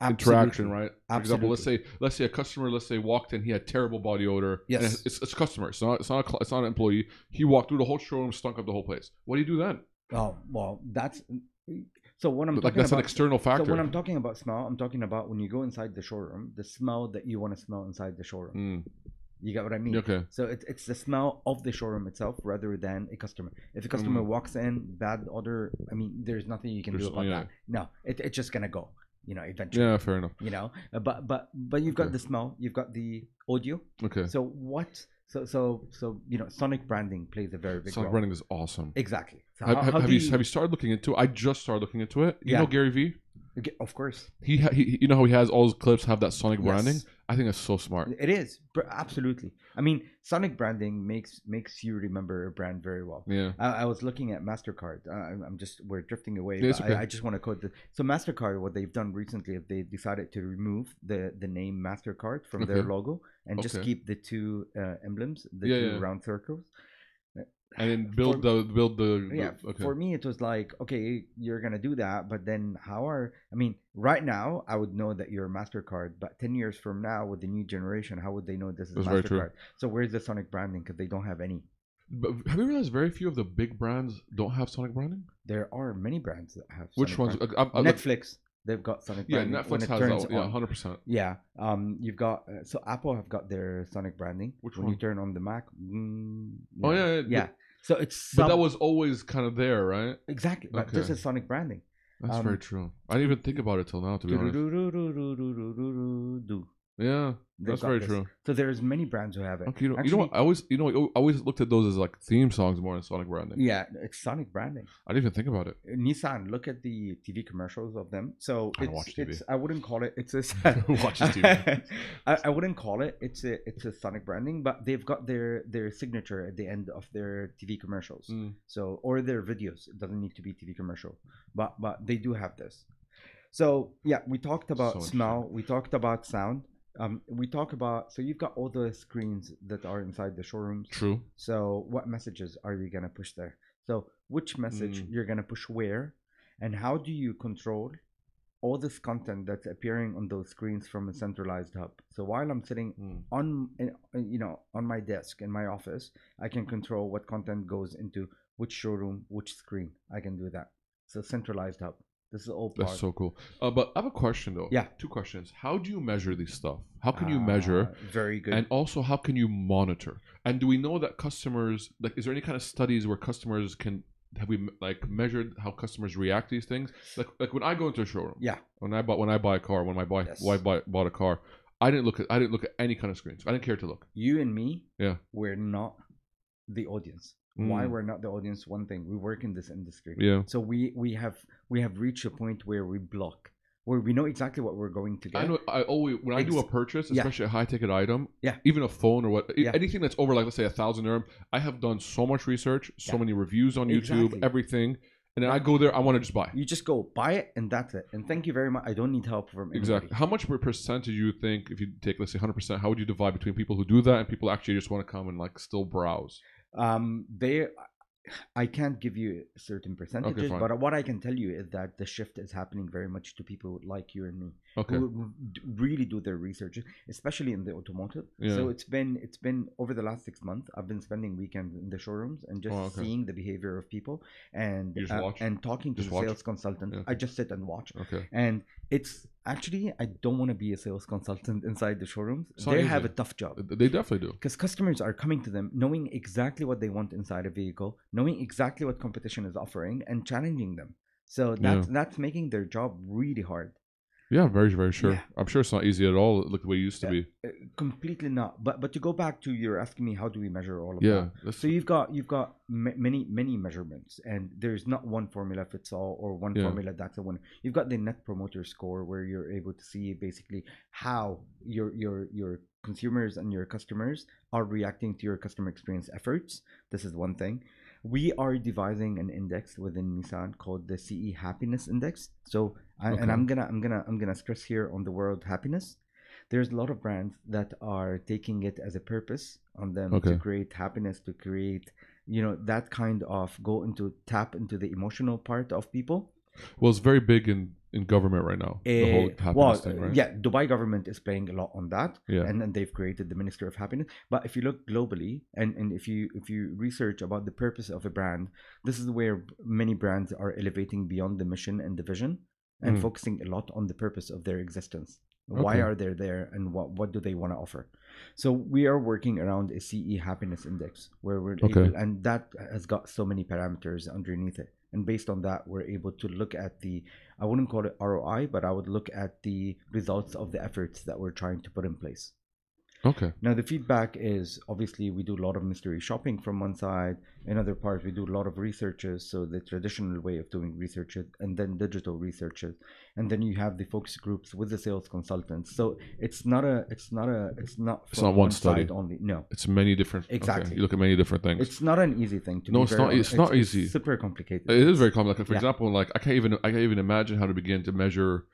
Speaker 1: interaction,
Speaker 2: Absolutely.
Speaker 1: right? For example, let's say let's say a customer, let's say walked in, he had terrible body odor. and
Speaker 2: Yes.
Speaker 1: it's, it's, it's a customer. It's not it's not a, cl- it's not an employee. He walked through the whole showroom, stunk up the whole place. What do you do then?
Speaker 2: Oh well, that's so what I'm
Speaker 1: like
Speaker 2: talking
Speaker 1: that's
Speaker 2: about.
Speaker 1: an external
Speaker 2: so
Speaker 1: factor.
Speaker 2: when I'm talking about smell, I'm talking about when you go inside the showroom, the smell that you want to smell inside the showroom.
Speaker 1: Mm,
Speaker 2: You get what I mean?
Speaker 1: okay.
Speaker 2: So it's it's the smell of the showroom itself rather than a customer. If a customer walks in, bad odor, I mean, there's nothing you can
Speaker 1: Mm. There's-
Speaker 2: do about
Speaker 1: yeah.
Speaker 2: that. No, it, it's just gonna go. you know, eventually.
Speaker 1: Yeah, fair enough.
Speaker 2: You know, Uh, but but but you've got
Speaker 1: Okay.
Speaker 2: the smell, you've got the audio.
Speaker 1: Okay.
Speaker 2: So what? So so so you know, sonic branding plays a very big
Speaker 1: Sonic
Speaker 2: role.
Speaker 1: branding is awesome.
Speaker 2: Exactly. So
Speaker 1: Have,
Speaker 2: how-
Speaker 1: have-
Speaker 2: how
Speaker 1: have
Speaker 2: do
Speaker 1: you, have you started looking into? it? I just started looking into it. You
Speaker 2: Yeah.
Speaker 1: know Gary Vee?
Speaker 2: Okay, Of course,
Speaker 1: He, ha- he you know how he has all his clips have that Sonic
Speaker 2: Yes.
Speaker 1: branding? I think that's so smart.
Speaker 2: it is br- absolutely. I mean, sonic branding makes makes you remember a brand very well.
Speaker 1: Yeah.
Speaker 2: I, I was looking at Mastercard. Uh, I'm- I'm just we're drifting away.
Speaker 1: Yeah, it's
Speaker 2: but
Speaker 1: okay.
Speaker 2: I, I just want to quote this. So Mastercard, what they've done recently is they decided to remove the the name Mastercard from their
Speaker 1: Okay.
Speaker 2: logo and just
Speaker 1: Okay.
Speaker 2: keep the two uh, emblems, the
Speaker 1: Yeah,
Speaker 2: two
Speaker 1: yeah.
Speaker 2: round circles.
Speaker 1: And
Speaker 2: *sighs*
Speaker 1: then build the build the, the-
Speaker 2: yeah
Speaker 1: okay.
Speaker 2: for me it was like okay you're gonna do that but then how are i mean right now i would know that you're mastercard but 10 years from now with the new generation how would they know this is
Speaker 1: That's very true.
Speaker 2: mastercard so where's the sonic branding because they don't have any
Speaker 1: But have you realized very few of the big brands don't have Sonic branding?
Speaker 2: there are many brands that have
Speaker 1: Which
Speaker 2: sonic
Speaker 1: ones?
Speaker 2: brand.
Speaker 1: I, I, I, like-
Speaker 2: netflix they've got sonic
Speaker 1: yeah,
Speaker 2: branding when
Speaker 1: Netflix
Speaker 2: it
Speaker 1: has
Speaker 2: turns
Speaker 1: that. Yeah,
Speaker 2: on.
Speaker 1: hundred percent.
Speaker 2: yeah um you've got uh, so apple have got their sonic branding
Speaker 1: Which
Speaker 2: when
Speaker 1: one?
Speaker 2: you turn on the mac mm,
Speaker 1: Oh,
Speaker 2: yeah
Speaker 1: yeah, yeah,
Speaker 2: yeah so it's
Speaker 1: But that
Speaker 2: some-
Speaker 1: was always kind of there, right?
Speaker 2: exactly but this
Speaker 1: Okay.
Speaker 2: is sonic branding
Speaker 1: That's
Speaker 2: Um,
Speaker 1: very true. I didn't even think about it till now, to be honest.
Speaker 2: Do-do-do-do-do-do-do-do-do.
Speaker 1: Yeah,
Speaker 2: They've
Speaker 1: that's
Speaker 2: got
Speaker 1: very
Speaker 2: this.
Speaker 1: true.
Speaker 2: So there's many brands who have it.
Speaker 1: Okay, you know, you know what? I always, you know, I always looked at those as like theme songs more than Sonic branding.
Speaker 2: Yeah, it's Sonic branding.
Speaker 1: I didn't even think about it.
Speaker 2: Nissan, look at the TV commercials of them. So
Speaker 1: I don't
Speaker 2: it's,
Speaker 1: watch TV.
Speaker 2: it's I wouldn't call it
Speaker 1: *laughs*
Speaker 2: it's a
Speaker 1: Watches TV.
Speaker 2: *laughs* I, I wouldn't call it it's a it's a Sonic branding, but they've got their their signature at the end of their TV commercials.
Speaker 1: Mm.
Speaker 2: So or their videos. It doesn't need to be TV commercial, but but they do have this. So yeah, we talked about
Speaker 1: So interesting.
Speaker 2: smell. We talked about sound. Um, we talk about so you've got all the screens that are inside the showrooms.
Speaker 1: True.
Speaker 2: So what messages are you gonna push there? So which message
Speaker 1: Mm.
Speaker 2: you're gonna push where, and how do you control all this content that's appearing on those screens from a centralized hub? So while I'm sitting
Speaker 1: Mm.
Speaker 2: on in- you know on my desk in my office, I can control what content goes into which showroom, which screen. I can do that. So centralized hub. This is all part.
Speaker 1: That's so cool. Uh, but I have a question though.
Speaker 2: Yeah.
Speaker 1: Two questions. How do you measure these stuff? How can you measure?
Speaker 2: Ah, Very good.
Speaker 1: And also, how can you monitor? And do we know that customers like? Is there any kind of studies where customers can have we like measured how customers react to these things? Like like when I go into a showroom,
Speaker 2: Yeah.
Speaker 1: When I bought when I buy a car, when my buy,
Speaker 2: Yes.
Speaker 1: when I buy bought a car, I didn't look at I didn't look at any kind of screens. I didn't care to look.
Speaker 2: you and me
Speaker 1: Yeah. Mm.
Speaker 2: we're not the audience why we're not the audience one thing we work in this industry
Speaker 1: Yeah.
Speaker 2: so we we have we have reached a point where we block where we know exactly what we're going to get
Speaker 1: I know. I always when I do a
Speaker 2: Ex-
Speaker 1: purchase,
Speaker 2: yeah.
Speaker 1: especially a high ticket item,
Speaker 2: Yeah.
Speaker 1: even a phone or what, e,
Speaker 2: Yeah.
Speaker 1: anything that's over like let's say a thousand dirham, I have done so much research, so
Speaker 2: Yeah.
Speaker 1: many reviews on YouTube,
Speaker 2: Exactly.
Speaker 1: everything, and then I go there, I want to just buy.
Speaker 2: you just go buy it and that's it and thank you very much i don't need help from anybody.
Speaker 1: Exactly. How much per percentage you think if you take let's say hundred percent, how would you divide between people who do that and people actually just want to come and like still browse?
Speaker 2: um they i can't give you certain percentages
Speaker 1: fine.
Speaker 2: but what i can tell you is that the shift is happening very much to people like you and me
Speaker 1: Okay.
Speaker 2: who r- d- really do their research, especially in the automotive. So
Speaker 1: Yeah.
Speaker 2: it's been it's been over the last six months. I've been spending weekends in the showrooms and just
Speaker 1: Oh, okay.
Speaker 2: seeing the behavior of people and uh,
Speaker 1: You just watch?
Speaker 2: and talking to
Speaker 1: Just
Speaker 2: the
Speaker 1: watch?
Speaker 2: sales consultant.
Speaker 1: Yeah, okay.
Speaker 2: I just sit and watch,
Speaker 1: Okay.
Speaker 2: and it's actually I don't want to be a sales consultant *laughs* inside the showrooms.
Speaker 1: It's not
Speaker 2: they have a
Speaker 1: easy.
Speaker 2: tough job
Speaker 1: They definitely do.
Speaker 2: because customers are coming to them knowing exactly what they want inside a vehicle, knowing exactly what competition is offering, and challenging them. So that's that's making their job really hard.
Speaker 1: Yeah, very very sure.
Speaker 2: Yeah.
Speaker 1: I'm sure it's not easy at all. Like the way it used to be.
Speaker 2: completely not but but to go back to you're asking me how do we measure all of
Speaker 1: Yeah.
Speaker 2: that
Speaker 1: That's,
Speaker 2: so you've got you've got ma- many many measurements and there's not one formula fits all or one
Speaker 1: Yeah.
Speaker 2: formula that's the one you've got the net promoter score where you're able to see basically how your your your consumers and your customers are reacting to your customer experience efforts this is one thing we are devising an index within nissan called the ce happiness index so I,
Speaker 1: Okay.
Speaker 2: and i'm gonna i'm gonna i'm gonna stress here on the word happiness there's a lot of brands that are taking it as a purpose on them
Speaker 1: Okay.
Speaker 2: to create happiness to create you know that kind of go into tap into the emotional part of people
Speaker 1: well, it's very big in in government right now. the whole
Speaker 2: Eh,
Speaker 1: happiness
Speaker 2: well,
Speaker 1: thing, right?
Speaker 2: yeah dubai government is playing a lot on that
Speaker 1: Yeah.
Speaker 2: and then they've created the minister of happiness but if you look globally and, and if you if you research about the purpose of a brand this is where many brands are elevating beyond the mission and the vision and
Speaker 1: Mm.
Speaker 2: focusing a lot on the purpose of their existence why
Speaker 1: Okay.
Speaker 2: are they there and what, what do they want to offer so we are working around a ce happiness index where we're
Speaker 1: Okay.
Speaker 2: able, and that has got so many parameters underneath it and based on that we're able to look at the i wouldn't call it roi but i would look at the results of the efforts that we're trying to put in place
Speaker 1: Okay.
Speaker 2: now the feedback is obviously we do a lot of mystery shopping from one side in other parts we do a lot of researches so the traditional way of doing researches and then digital researches and then you have the focus groups with the sales consultants so it's not a it's not a it's not
Speaker 1: It's
Speaker 2: from
Speaker 1: not one study.
Speaker 2: side only no
Speaker 1: It's many different. okay,
Speaker 2: Exactly.
Speaker 1: You look at many different things.
Speaker 2: it's not an easy thing to
Speaker 1: No,
Speaker 2: be
Speaker 1: it's
Speaker 2: very
Speaker 1: not-
Speaker 2: honest.
Speaker 1: it's not easy.
Speaker 2: super complicated
Speaker 1: It is very complex. Like for
Speaker 2: Yeah.
Speaker 1: example, like I can't even I can't even imagine how to begin to measure.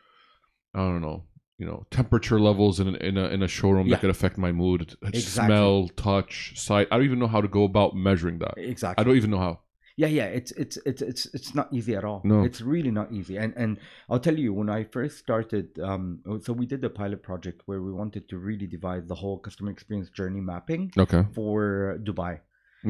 Speaker 1: I don't know, you know, temperature levels in an, in a in a showroom
Speaker 2: Yeah.
Speaker 1: that could affect my mood, t-
Speaker 2: Exactly.
Speaker 1: smell, touch, sight. I don't even know how to go about measuring that. I
Speaker 2: exactly
Speaker 1: don't even know how.
Speaker 2: yeah yeah it's it's it's it's it's not easy at all
Speaker 1: No.
Speaker 2: it's really not easy and and i'll tell you when i first started um so we did a pilot project where we wanted to really devise the whole customer experience journey mapping
Speaker 1: Okay.
Speaker 2: for dubai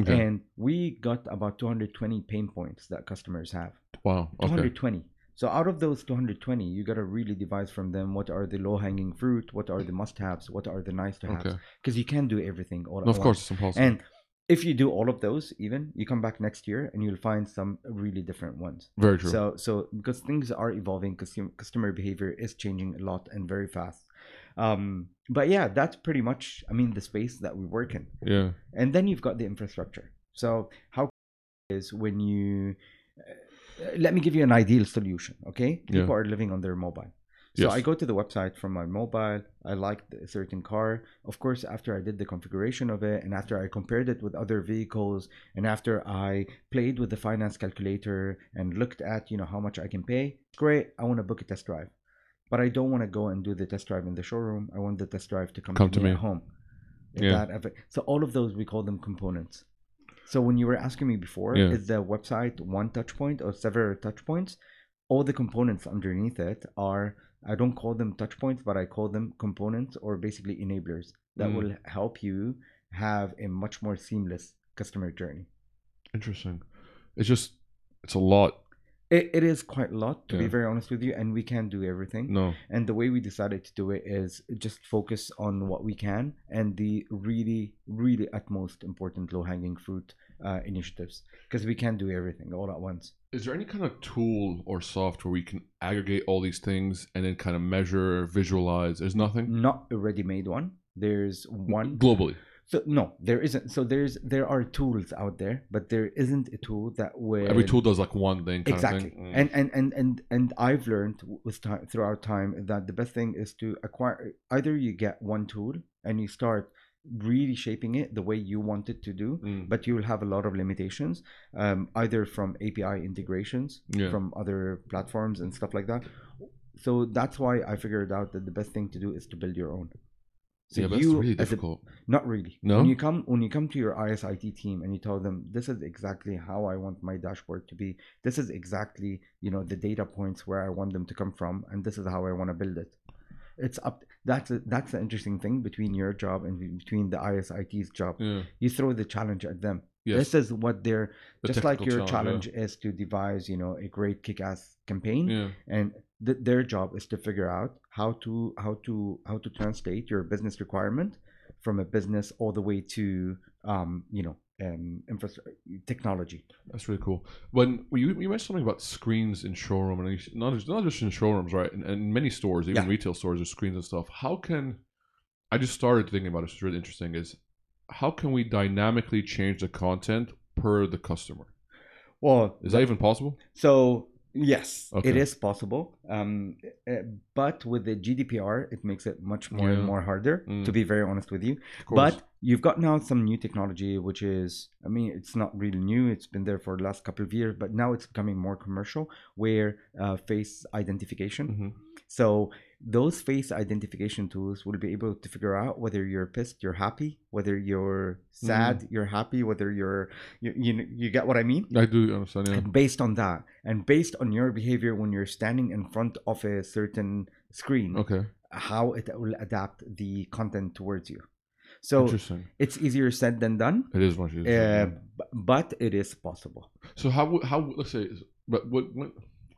Speaker 1: Okay.
Speaker 2: and we got about 220 pain points that customers have
Speaker 1: wow. Okay.
Speaker 2: 220 so out of those 220 you got to really devise from them what are the low hanging fruit what are the must haves what are the nice to haves
Speaker 1: Okay.
Speaker 2: because you can't do everything all at
Speaker 1: No, of
Speaker 2: once.
Speaker 1: course it's impossible.
Speaker 2: And if you do all of those, even you come back next year and you'll find some really different ones.
Speaker 1: very true.
Speaker 2: So, so because things are evolving, customer customer behavior is changing a lot and very fast. Um, but yeah, that's pretty much, I mean, the space that we work in.
Speaker 1: yeah.
Speaker 2: And then you've got the infrastructure. So, how is when you uh, let me give you an ideal solution, okay?
Speaker 1: Yeah.
Speaker 2: People are living on their mobile. So
Speaker 1: Yes.
Speaker 2: I go to the website from my mobile. I liked a certain car. Of course, after I did the configuration of it and after I compared it with other vehicles and after I played with the finance calculator and looked at, you know, how much I can pay, great, I want to book a test drive. But I don't want to go and do the test drive in the showroom. I want the test drive to come,
Speaker 1: Come
Speaker 2: to,
Speaker 1: to
Speaker 2: me,
Speaker 1: me.
Speaker 2: at home. If
Speaker 1: Yeah.
Speaker 2: that ever- so all of those we call them components. So when you were asking me before,
Speaker 1: Yeah.
Speaker 2: is the website one touch point or several touch points? All the components underneath it are I don't call them touch points, but I call them components or basically enablers that
Speaker 1: Mm.
Speaker 2: will help you have a much more seamless customer journey.
Speaker 1: Interesting. It's just it's a lot.
Speaker 2: It, it is quite a lot to be
Speaker 1: Yeah.
Speaker 2: very honest with you, and we can't do everything.
Speaker 1: No.
Speaker 2: And the way we decided to do it is just focus on what we can and the really, really utmost important low hanging fruit uh, initiatives because we can't do everything all at once.
Speaker 1: Is there any kind of tool or software where you can aggregate all these things and then kind of measure, visualize? There's nothing
Speaker 2: Not a ready made one. There's one
Speaker 1: globally.
Speaker 2: So no, there isn't. So there's there are tools out there, but there isn't a tool that will
Speaker 1: Every tool does like one thing. Kind
Speaker 2: exactly.
Speaker 1: Of thing. Mm.
Speaker 2: And and and and and I've learned with time throughout time that the best thing is to acquire either you get one tool and you start really shaping it the way you want it to do,
Speaker 1: Mm.
Speaker 2: but you will have a lot of limitations, um, either from API integrations
Speaker 1: Yeah.
Speaker 2: from other platforms and stuff like that. So that's why I figured out that the best thing to do is to build your own. So
Speaker 1: yeah, but
Speaker 2: you
Speaker 1: it's really
Speaker 2: as a
Speaker 1: difficult.
Speaker 2: not really.
Speaker 1: No?
Speaker 2: When you come when you come to your ISIT team and you tell them this is exactly how I want my dashboard to be, this is exactly you know the data points where I want them to come from, and this is how I want to build it. It's up. That's a, that's the interesting thing between your job and be- between the ISIT's job.
Speaker 1: yeah.
Speaker 2: You throw the challenge at them.
Speaker 1: Yes.
Speaker 2: This is what they're
Speaker 1: The
Speaker 2: just like your
Speaker 1: technical
Speaker 2: challenge is to devise you know a great kick-ass campaign
Speaker 1: Yeah. Yeah.
Speaker 2: and th- their job is to figure out how to how to how to translate your business requirement from a business all the way to um, you know um, infrastructure technology.
Speaker 1: That's really cool. When well, you, you mentioned something about screens in showroom and you- not just, not just in showrooms, right? And, and many stores, even
Speaker 2: Yeah.
Speaker 1: retail stores, there's screens and stuff. How can I just started thinking about it? It's really interesting. Is how can we dynamically change the content per the customer?
Speaker 2: Well,
Speaker 1: Is that even possible?
Speaker 2: so yes, it
Speaker 1: Okay.
Speaker 2: is possible, um, uh, but with the GDPR, it makes it much more and
Speaker 1: Yeah.
Speaker 2: more harder.
Speaker 1: Mm.
Speaker 2: To be very honest with you,
Speaker 1: Of
Speaker 2: but you've got now some new technology which is i mean it's not really new it's been there for the last couple of years but now it's becoming more commercial where uh, face identification
Speaker 1: Mhm.
Speaker 2: so those face identification tools will be able to figure out whether you're pissed you're happy whether you're sad
Speaker 1: Mm-hmm.
Speaker 2: you're happy whether you're you, you kn- you get what i mean
Speaker 1: I do understand. Yeah.
Speaker 2: and based on that and based on your behavior when you're standing in front of a certain screen
Speaker 1: Okay.
Speaker 2: how it will adapt the content towards you so
Speaker 1: Interesting.
Speaker 2: it's easier said than done
Speaker 1: It is much easier.
Speaker 2: uh, b- but it is possible
Speaker 1: So how would- how would- let's say but what, what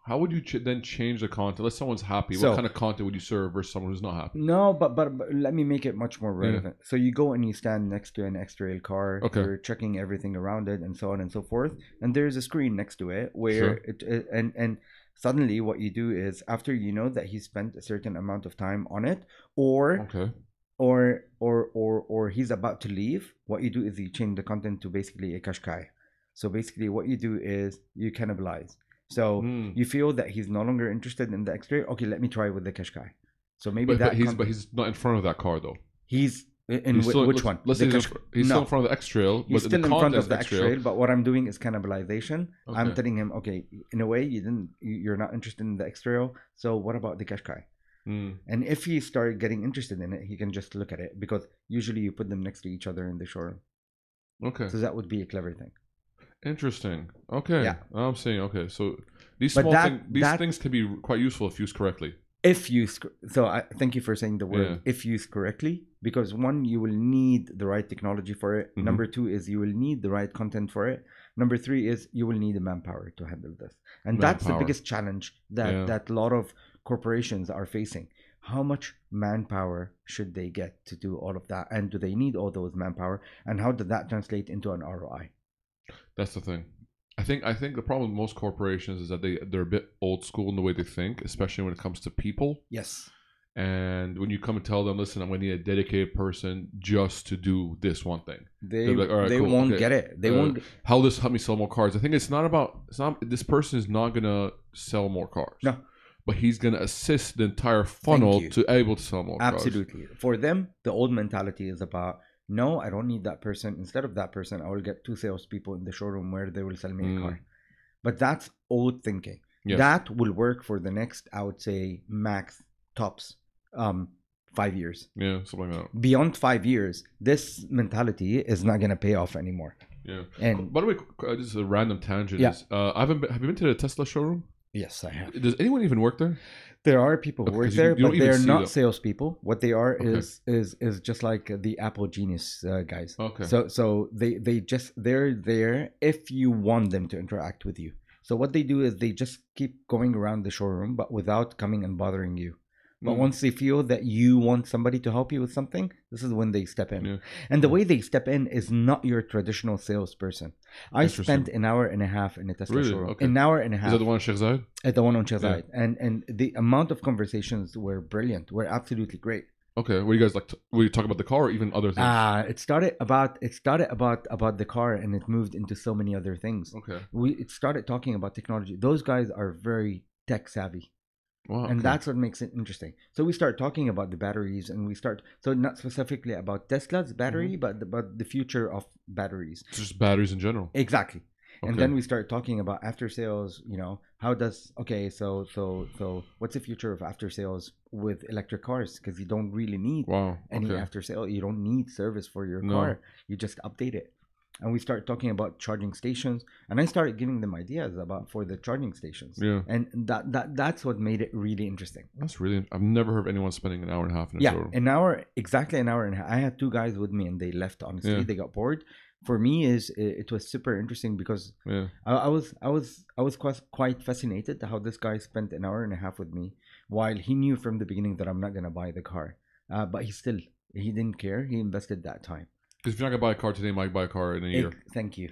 Speaker 1: How would you ch- then change the content? Let's someone's happy.
Speaker 2: So-
Speaker 1: what kind of content would you serve versus someone who's not happy?
Speaker 2: No, but, but but let me make it much more
Speaker 1: Yeah.
Speaker 2: relevant. So you go and you stand next to an X-rail car.
Speaker 1: Okay.
Speaker 2: You're checking everything around it and so on and so forth. And there's a screen next to it where
Speaker 1: Sure.
Speaker 2: it, it and and suddenly what you do is after you know that he spent a certain amount of time on it or
Speaker 1: Okay.
Speaker 2: or or or or he's about to leave, what you do is you change the content to basically a kashkai. So basically what you do is you cannibalize. So
Speaker 1: Mm.
Speaker 2: you feel that he's no longer interested in the X-ray. Okay, let me try with the kashkai. So maybe
Speaker 1: But,
Speaker 2: that
Speaker 1: but he's
Speaker 2: con-
Speaker 1: but he's not in front of that car though.
Speaker 2: He's in
Speaker 1: He's
Speaker 2: whi-
Speaker 1: still-
Speaker 2: which
Speaker 1: let's-
Speaker 2: one?
Speaker 1: Let's say
Speaker 2: The
Speaker 1: he's, in
Speaker 2: Kashk-
Speaker 1: fr- he's still
Speaker 2: No.
Speaker 1: in front of the X trail,
Speaker 2: He's
Speaker 1: but
Speaker 2: still
Speaker 1: the
Speaker 2: in front
Speaker 1: content
Speaker 2: of
Speaker 1: is
Speaker 2: the
Speaker 1: X trail.
Speaker 2: X-ray, but what I'm doing is cannibalization. I'm
Speaker 1: Okay.
Speaker 2: telling him, okay, in a way, you didn't, you- you're not interested in the X-ray, so what about the Qashqai?
Speaker 1: Mm.
Speaker 2: And if he started getting interested in it, he can just look at it because usually you put them next to each other in the showroom.
Speaker 1: Okay.
Speaker 2: So that would be a clever thing.
Speaker 1: Interesting. Okay.
Speaker 2: Yeah.
Speaker 1: I'm saying okay. So these
Speaker 2: But
Speaker 1: small
Speaker 2: that-
Speaker 1: thing, these
Speaker 2: that-
Speaker 1: things can be quite useful if used correctly.
Speaker 2: If you sc- so, I thank you for saying the word
Speaker 1: Yeah.
Speaker 2: "if used correctly" because one, you will need the right technology for it.
Speaker 1: Mhm.
Speaker 2: Number two is you will need the right content for it. Number three is you will need the manpower to handle this, and that's the
Speaker 1: Manpower.
Speaker 2: biggest challenge that
Speaker 1: Yeah.
Speaker 2: that a lot of corporations are facing. How much manpower should they get to do all of that, and do they need all those manpower, and how did that translate into an ROI?
Speaker 1: That's the thing. I think I think the problem with most corporations is that they they're a bit old school in the way they think, especially when it comes to people.
Speaker 2: Yes,
Speaker 1: And when you come and tell them, listen, I'm going to need a dedicated person just to do this one thing.
Speaker 2: they
Speaker 1: They'll be like, "All right,
Speaker 2: they
Speaker 1: cool,
Speaker 2: won't
Speaker 1: okay.
Speaker 2: get it. They
Speaker 1: Uh,
Speaker 2: won't.
Speaker 1: How will this help me sell more cars? I think it's not about it's not this person is not going to sell more cars.
Speaker 2: No.
Speaker 1: But he's going to assist the entire funnel
Speaker 2: you.
Speaker 1: to able to sell more cars.
Speaker 2: Absolutely. For them, the old mentality is about no, I don't need that person. Instead of that person, I will get two salespeople in the showroom where they will sell me
Speaker 1: Mm.
Speaker 2: a car. But that's old thinking.
Speaker 1: Yes.
Speaker 2: That will work for the next, I would say, max tops um, five years.
Speaker 1: Yeah, something like that.
Speaker 2: Beyond five years, this mentality is not going to pay off anymore.
Speaker 1: Yeah.
Speaker 2: And
Speaker 1: By the way, uh, just a random tangent.
Speaker 2: Yeah.
Speaker 1: Is, uh, I haven't. Been, have you been to the Tesla showroom?
Speaker 2: yes, I have.
Speaker 1: Does anyone even work there?
Speaker 2: There are people who
Speaker 1: Okay,
Speaker 2: work
Speaker 1: 'cause you-
Speaker 2: there,
Speaker 1: you don't
Speaker 2: but
Speaker 1: even
Speaker 2: they're
Speaker 1: see
Speaker 2: not
Speaker 1: them.
Speaker 2: salespeople. What they are
Speaker 1: Okay.
Speaker 2: is is is just like the Apple Genius uh, guys.
Speaker 1: Okay.
Speaker 2: So so they they just they're there if you want them to interact with you. So what they do is they just keep going around the showroom but without coming and bothering you. But
Speaker 1: Mm.
Speaker 2: once they feel that you want somebody to help you with something, this is when they step in.
Speaker 1: Yeah.
Speaker 2: And the
Speaker 1: Yeah.
Speaker 2: way they step in is not your traditional salesperson. I
Speaker 1: Interesting.
Speaker 2: spent an hour and a half in a Tesla
Speaker 1: Really?
Speaker 2: showroom.
Speaker 1: Okay.
Speaker 2: An hour and a
Speaker 1: is
Speaker 2: half
Speaker 1: that the one at Sheikh Zayed?
Speaker 2: at the one on Chazayt. And and the amount of conversations were brilliant, were absolutely great.
Speaker 1: Okay. Were you guys like? T- were you talking about the car or even other things?
Speaker 2: Uh, it started about it started about about the car and it moved into so many other things.
Speaker 1: okay.
Speaker 2: we it started talking about technology. Those guys are very tech savvy,
Speaker 1: Wow.
Speaker 2: and
Speaker 1: okay.
Speaker 2: that's what makes it interesting. So we start talking about the batteries, and we start so not specifically about Tesla's
Speaker 1: Mm-hmm.
Speaker 2: battery, but the, but the future of batteries.
Speaker 1: It's just batteries in general.
Speaker 2: Exactly.
Speaker 1: Okay.
Speaker 2: And then we start talking about after sales. You know, how does okay? So so so what's the future of after sales with electric cars? Because you don't really need
Speaker 1: wow.
Speaker 2: any
Speaker 1: okay.
Speaker 2: after sale. You don't need service for your
Speaker 1: No.
Speaker 2: car. You just update it. And we start talking about charging stations, and I started giving them ideas about for the charging stations.
Speaker 1: Yeah.
Speaker 2: And that, that that's what made it really interesting.
Speaker 1: That's really. I've never heard of anyone spending an hour and a half in a
Speaker 2: yeah,
Speaker 1: showroom.
Speaker 2: an hour exactly an hour and a half. I had two guys with me, and they left. Honestly,
Speaker 1: Yeah.
Speaker 2: they got bored. For me, is it, it was super interesting because
Speaker 1: yeah.
Speaker 2: I, I was I was I was quite quite fascinated how this guy spent an hour and a half with me, while he knew from the beginning that I'm not gonna buy the car, uh, but he still he didn't care. He invested that time.
Speaker 1: Because if you're not gonna buy a car today, you might buy a car in a year.
Speaker 2: Ex- thank you.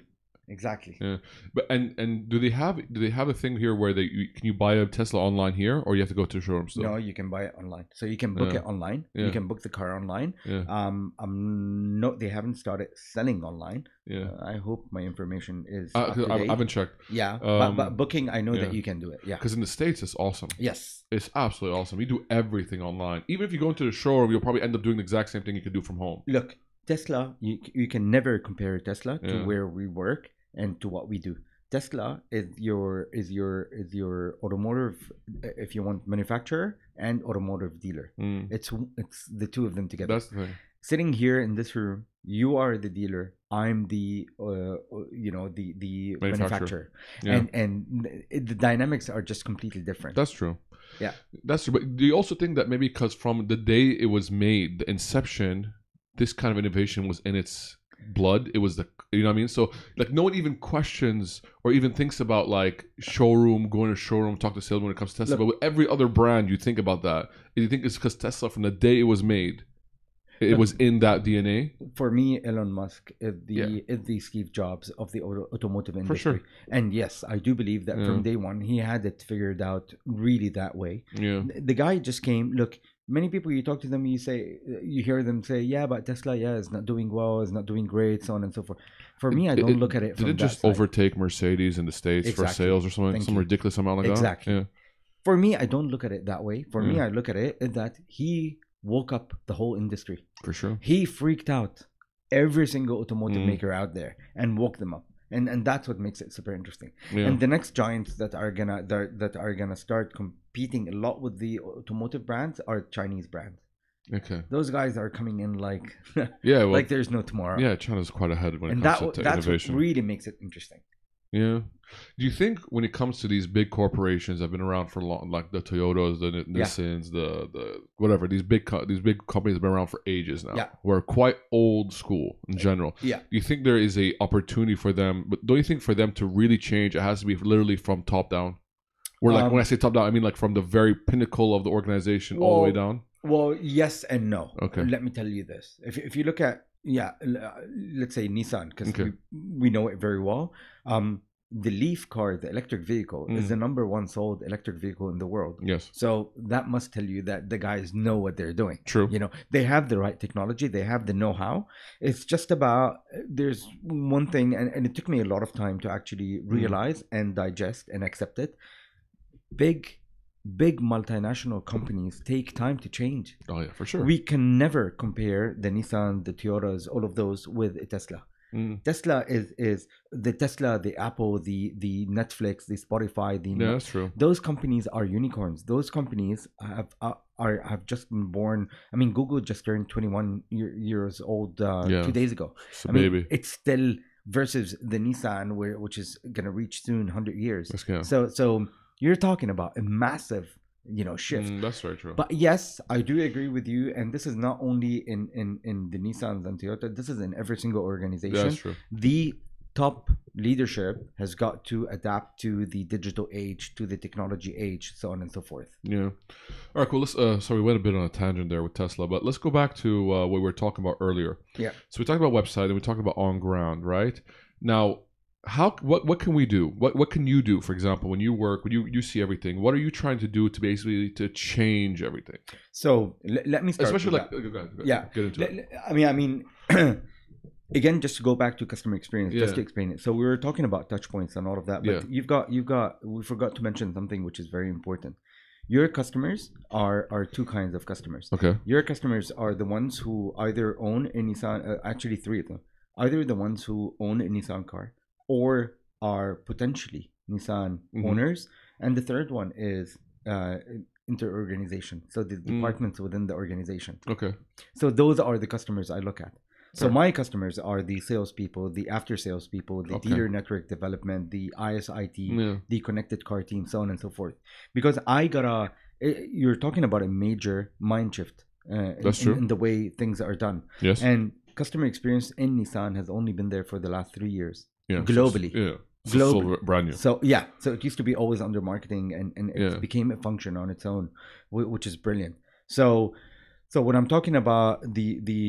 Speaker 2: Exactly.
Speaker 1: Yeah. But and and do they have do they have a thing here where they you, can you buy a Tesla online here or you have to go to the showroom still?
Speaker 2: No, you can buy it online. So you can book
Speaker 1: Yeah.
Speaker 2: it online.
Speaker 1: Yeah.
Speaker 2: You can book the car online.
Speaker 1: Yeah.
Speaker 2: Um, I'm no, they haven't started selling online.
Speaker 1: Yeah.
Speaker 2: Uh, I hope my information is
Speaker 1: Uh,
Speaker 2: up
Speaker 1: 'cause
Speaker 2: to
Speaker 1: I, I
Speaker 2: date.
Speaker 1: haven't checked
Speaker 2: yeah, but, but
Speaker 1: um,
Speaker 2: booking, I know that
Speaker 1: yeah.
Speaker 2: you can do it. Yeah.
Speaker 1: because in the states it's awesome.
Speaker 2: Yes.
Speaker 1: It's absolutely awesome. You do everything online. Even if you go into the showroom, you'll probably end up doing the exact same thing you could do from home.
Speaker 2: Look, Tesla. You c- you can never compare Tesla to
Speaker 1: Yeah.
Speaker 2: where we work and to what we do. Tesla is your is your is your automotive, uh, if you want, manufacturer and automotive dealer.
Speaker 1: Mm.
Speaker 2: It's it's the two of them together.
Speaker 1: Hmm, That's the thing.
Speaker 2: sitting here in this room you are the dealer i'm the uh, you know the the
Speaker 1: Manufacturer.
Speaker 2: manufacturer,
Speaker 1: Yeah.
Speaker 2: and and th- the dynamics are just completely different
Speaker 1: That's true.
Speaker 2: Yeah.
Speaker 1: That's true. But do you also think that maybe because from the day it was made, the inception, this kind of innovation was in its blood? It was the You know what I mean? So like no one even questions or even thinks about like showroom, going to showroom, talk to salesman when it comes to Tesla.
Speaker 2: Look-
Speaker 1: but with every other brand, you think about that. And you think it's because Tesla from the day it was made, it
Speaker 2: Look-
Speaker 1: was in that DNA.
Speaker 2: for me, Elon Musk is the
Speaker 1: Yeah.
Speaker 2: is the Steve Jobs of the auto, automotive
Speaker 1: For
Speaker 2: industry.
Speaker 1: sure.
Speaker 2: And yes, I do believe that
Speaker 1: Yeah.
Speaker 2: from day one he had it figured out really that way.
Speaker 1: Yeah.
Speaker 2: Th- The guy just came. Look, many people you talk to them, you say, you hear them say, "Yeah, but Tesla, yeah, is not doing well, is not doing great, so on and so forth." For me, I
Speaker 1: It-
Speaker 2: don't
Speaker 1: it-
Speaker 2: look at it.
Speaker 1: Did
Speaker 2: from
Speaker 1: it just
Speaker 2: that side.
Speaker 1: overtake Mercedes in the States for
Speaker 2: Exactly.
Speaker 1: sales or something?
Speaker 2: Thank
Speaker 1: some
Speaker 2: you.
Speaker 1: ridiculous amount like
Speaker 2: Exactly.
Speaker 1: that?
Speaker 2: For me, I don't look at it that way. For me,
Speaker 1: Yeah.
Speaker 2: I look at it in that he woke up the whole industry.
Speaker 1: Yeah, for sure.
Speaker 2: he freaked out every single automotive
Speaker 1: Mm.
Speaker 2: maker out there and woke them up and and that's what makes it super interesting
Speaker 1: Yeah.
Speaker 2: and the next giants that are gonna that, that are gonna start competing a lot with the automotive brands are chinese brands
Speaker 1: okay.
Speaker 2: those guys are coming in like *laughs*
Speaker 1: Yeah. Well,
Speaker 2: like there's no tomorrow
Speaker 1: yeah, China's quite ahead when it
Speaker 2: and
Speaker 1: comes
Speaker 2: that
Speaker 1: to
Speaker 2: wa-
Speaker 1: te-
Speaker 2: that's what
Speaker 1: innovation.
Speaker 2: really makes it interesting
Speaker 1: Yeah. Do you think when it comes to these big corporations that have been around for long, like the Toyotas, the N-
Speaker 2: Yeah.
Speaker 1: Nissans, the the whatever these big co- these big companies have been around for ages now.
Speaker 2: Yeah.
Speaker 1: We're quite old school in general.
Speaker 2: yeah.
Speaker 1: Do you think there is a opportunity for them? But don't you think for them to really change, it has to be literally from top down? Where like
Speaker 2: Um,
Speaker 1: when I say top down, I mean like from the very pinnacle of the organization all the way
Speaker 2: Well,
Speaker 1: down.
Speaker 2: well yes and no
Speaker 1: Okay.
Speaker 2: let me tell you this if, if you look at yeah l- uh, let's say nissan because
Speaker 1: Okay.
Speaker 2: we, we know it very well um the leaf car the electric vehicle
Speaker 1: Mm.
Speaker 2: is the number one sold electric vehicle in the world
Speaker 1: Yes.
Speaker 2: so that must tell you that the guys know what they're doing
Speaker 1: True.
Speaker 2: you know they have the right technology they have the know-how it's just about there's one thing and, and it took me a lot of time to
Speaker 1: Mm.
Speaker 2: actually realize and digest and accept it big big multinational companies take time to change
Speaker 1: Oh yeah, for sure.
Speaker 2: we can never compare the Nissan, the Toyotas, all of those with a Tesla.
Speaker 1: Mm.
Speaker 2: Tesla is is the Tesla, the Apple, the the Netflix, the Spotify, the
Speaker 1: Yeah, that's true.
Speaker 2: those companies are unicorns. Those companies have uh, are have just been born. I mean, Google just turned 21 year, years old uh,
Speaker 1: Yeah.
Speaker 2: two days ago.
Speaker 1: It's a
Speaker 2: I
Speaker 1: baby.
Speaker 2: mean, it's still versus the Nissan, where which is gonna reach soon 100 years.
Speaker 1: That's yeah.
Speaker 2: So so you're talking about a massive you know shift.
Speaker 1: Mm, that's very true.
Speaker 2: But yes, I do agree with you, and this is not only in in in the Nissans and Toyota. This is in every single
Speaker 1: Yeah,
Speaker 2: organization.
Speaker 1: that's true.
Speaker 2: The top leadership has got to adapt to the digital age, to the technology age, so on and so forth.
Speaker 1: Yeah. All right, cool. Let's, uh, sorry, we went a bit on a tangent there with Tesla, but let's go back to uh, what we were talking about earlier.
Speaker 2: Yeah.
Speaker 1: So we talked about website and we talked about on ground, right? Now, how what what can we do? What what can you do? For example, when you work, when you you see everything, what are you trying to do to basically to change everything?
Speaker 2: So l- let me start.
Speaker 1: Especially
Speaker 2: with
Speaker 1: like go ahead, go ahead,
Speaker 2: Yeah.
Speaker 1: get into
Speaker 2: that.
Speaker 1: it.
Speaker 2: L- l- I mean, I mean. *clears throat* Again, just to go back to customer experience, just
Speaker 1: Yeah.
Speaker 2: to explain it. So we were talking about touch points and all of that, but
Speaker 1: Yeah.
Speaker 2: you've got you've got we forgot to mention something which is very important. Your customers are are two kinds of customers.
Speaker 1: Okay.
Speaker 2: your customers are the ones who either own a Nissan, uh, actually three of them, either the ones who own a Nissan car or are potentially Nissan
Speaker 1: Mhm.
Speaker 2: owners, and the third one is uh, inter-organization, so the departments within the organization.
Speaker 1: Okay.
Speaker 2: So those are the customers I look at. So
Speaker 1: Fair.
Speaker 2: my customers are the salespeople, the after salespeople, the
Speaker 1: Okay.
Speaker 2: dealer network development, the ISIT,
Speaker 1: Yeah.
Speaker 2: the connected car team, so on and so forth. Because I gotta, eh, you're talking about a major mind shift uh, in-
Speaker 1: That's
Speaker 2: in,
Speaker 1: true.
Speaker 2: in the way things are done.
Speaker 1: Yes.
Speaker 2: And customer experience in Nissan has only been there for the last three years.
Speaker 1: yeah.
Speaker 2: globally.
Speaker 1: So, yeah. So it's all brand new.
Speaker 2: So yeah, so it used to be always under marketing, and and it
Speaker 1: Yeah.
Speaker 2: became a function on its own, whi- which is brilliant. So, so when I'm talking about the the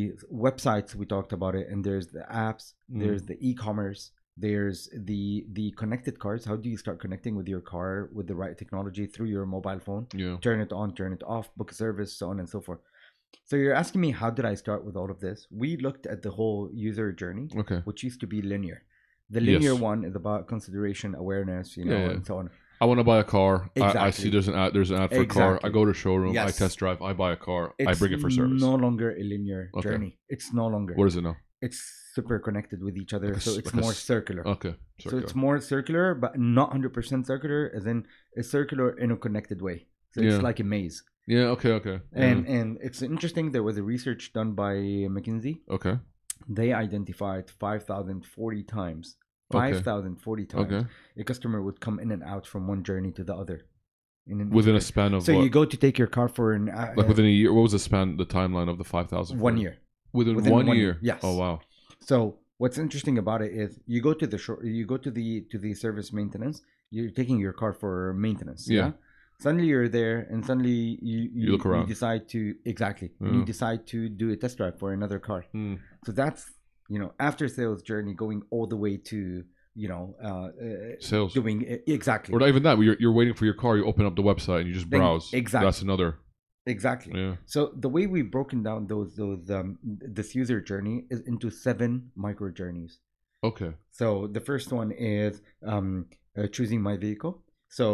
Speaker 2: websites, we talked about it, and there's the apps,
Speaker 1: Mm.
Speaker 2: there's the e-commerce, there's the the connected cars. How do you start connecting with your car with the right technology through your mobile phone?
Speaker 1: Yeah.
Speaker 2: Turn it on, turn it off, book a service, so on and so forth. So you're asking me how did I start with all of this? We looked at the whole user journey
Speaker 1: Okay.
Speaker 2: which used to be linear. The
Speaker 1: Yes.
Speaker 2: linear one is about consideration, awareness, you know,
Speaker 1: Yeah, yeah.
Speaker 2: and so on.
Speaker 1: I want to buy a car. I, I
Speaker 2: Exactly.
Speaker 1: see there's an ad, there's an ad for a car. I
Speaker 2: Exactly.
Speaker 1: go to showroom. I
Speaker 2: Yes.
Speaker 1: test drive. I buy a car. I bring it for service.
Speaker 2: No longer a linear
Speaker 1: Okay.
Speaker 2: journey. It's no longer.
Speaker 1: What is it now?
Speaker 2: It's super connected with each other,
Speaker 1: Like a
Speaker 2: so
Speaker 1: s-
Speaker 2: it's
Speaker 1: like a
Speaker 2: more
Speaker 1: s- uh,
Speaker 2: circular.
Speaker 1: Okay.
Speaker 2: So it's more circular, but not hundred percent circular, as in a circular in a connected way. So
Speaker 1: Yeah.
Speaker 2: it's like a maze.
Speaker 1: yeah. Okay. Okay.
Speaker 2: And and it's interesting. There was a research done by McKinsey.
Speaker 1: Yeah. okay.
Speaker 2: They identified five thousand forty times.
Speaker 1: Okay.
Speaker 2: Five thousand forty times
Speaker 1: Okay.
Speaker 2: a customer would come in and out from one journey to the other. In an
Speaker 1: Within a
Speaker 2: instant.
Speaker 1: span of
Speaker 2: So
Speaker 1: what?
Speaker 2: you go to take your car for an uh,
Speaker 1: like within a year. What was the span? The timeline of the five thousand.
Speaker 2: one year.
Speaker 1: Within,
Speaker 2: within
Speaker 1: one,
Speaker 2: one
Speaker 1: year.
Speaker 2: year, yes.
Speaker 1: Oh wow.
Speaker 2: So what's interesting about it is you go to the short, you go to the to the service maintenance. You're taking your car for maintenance.
Speaker 1: Yeah.
Speaker 2: Suddenly you're there, and suddenly you you,
Speaker 1: look around.
Speaker 2: decide to exactly, and you
Speaker 1: Yeah.
Speaker 2: decide to do a test drive for another car.
Speaker 1: Mm.
Speaker 2: So that's you know after sales journey going all the way to you know uh, uh,
Speaker 1: Sales.
Speaker 2: doing exactly
Speaker 1: Or not even that. You're, you're waiting for your car. You open up the website and you just
Speaker 2: Then-
Speaker 1: browse.
Speaker 2: exactly.
Speaker 1: That's another.
Speaker 2: exactly.
Speaker 1: Yeah.
Speaker 2: So the way we've broken down those those um, this user journey is into seven micro journeys.
Speaker 1: Okay.
Speaker 2: So the first one is um, uh, choosing my vehicle. So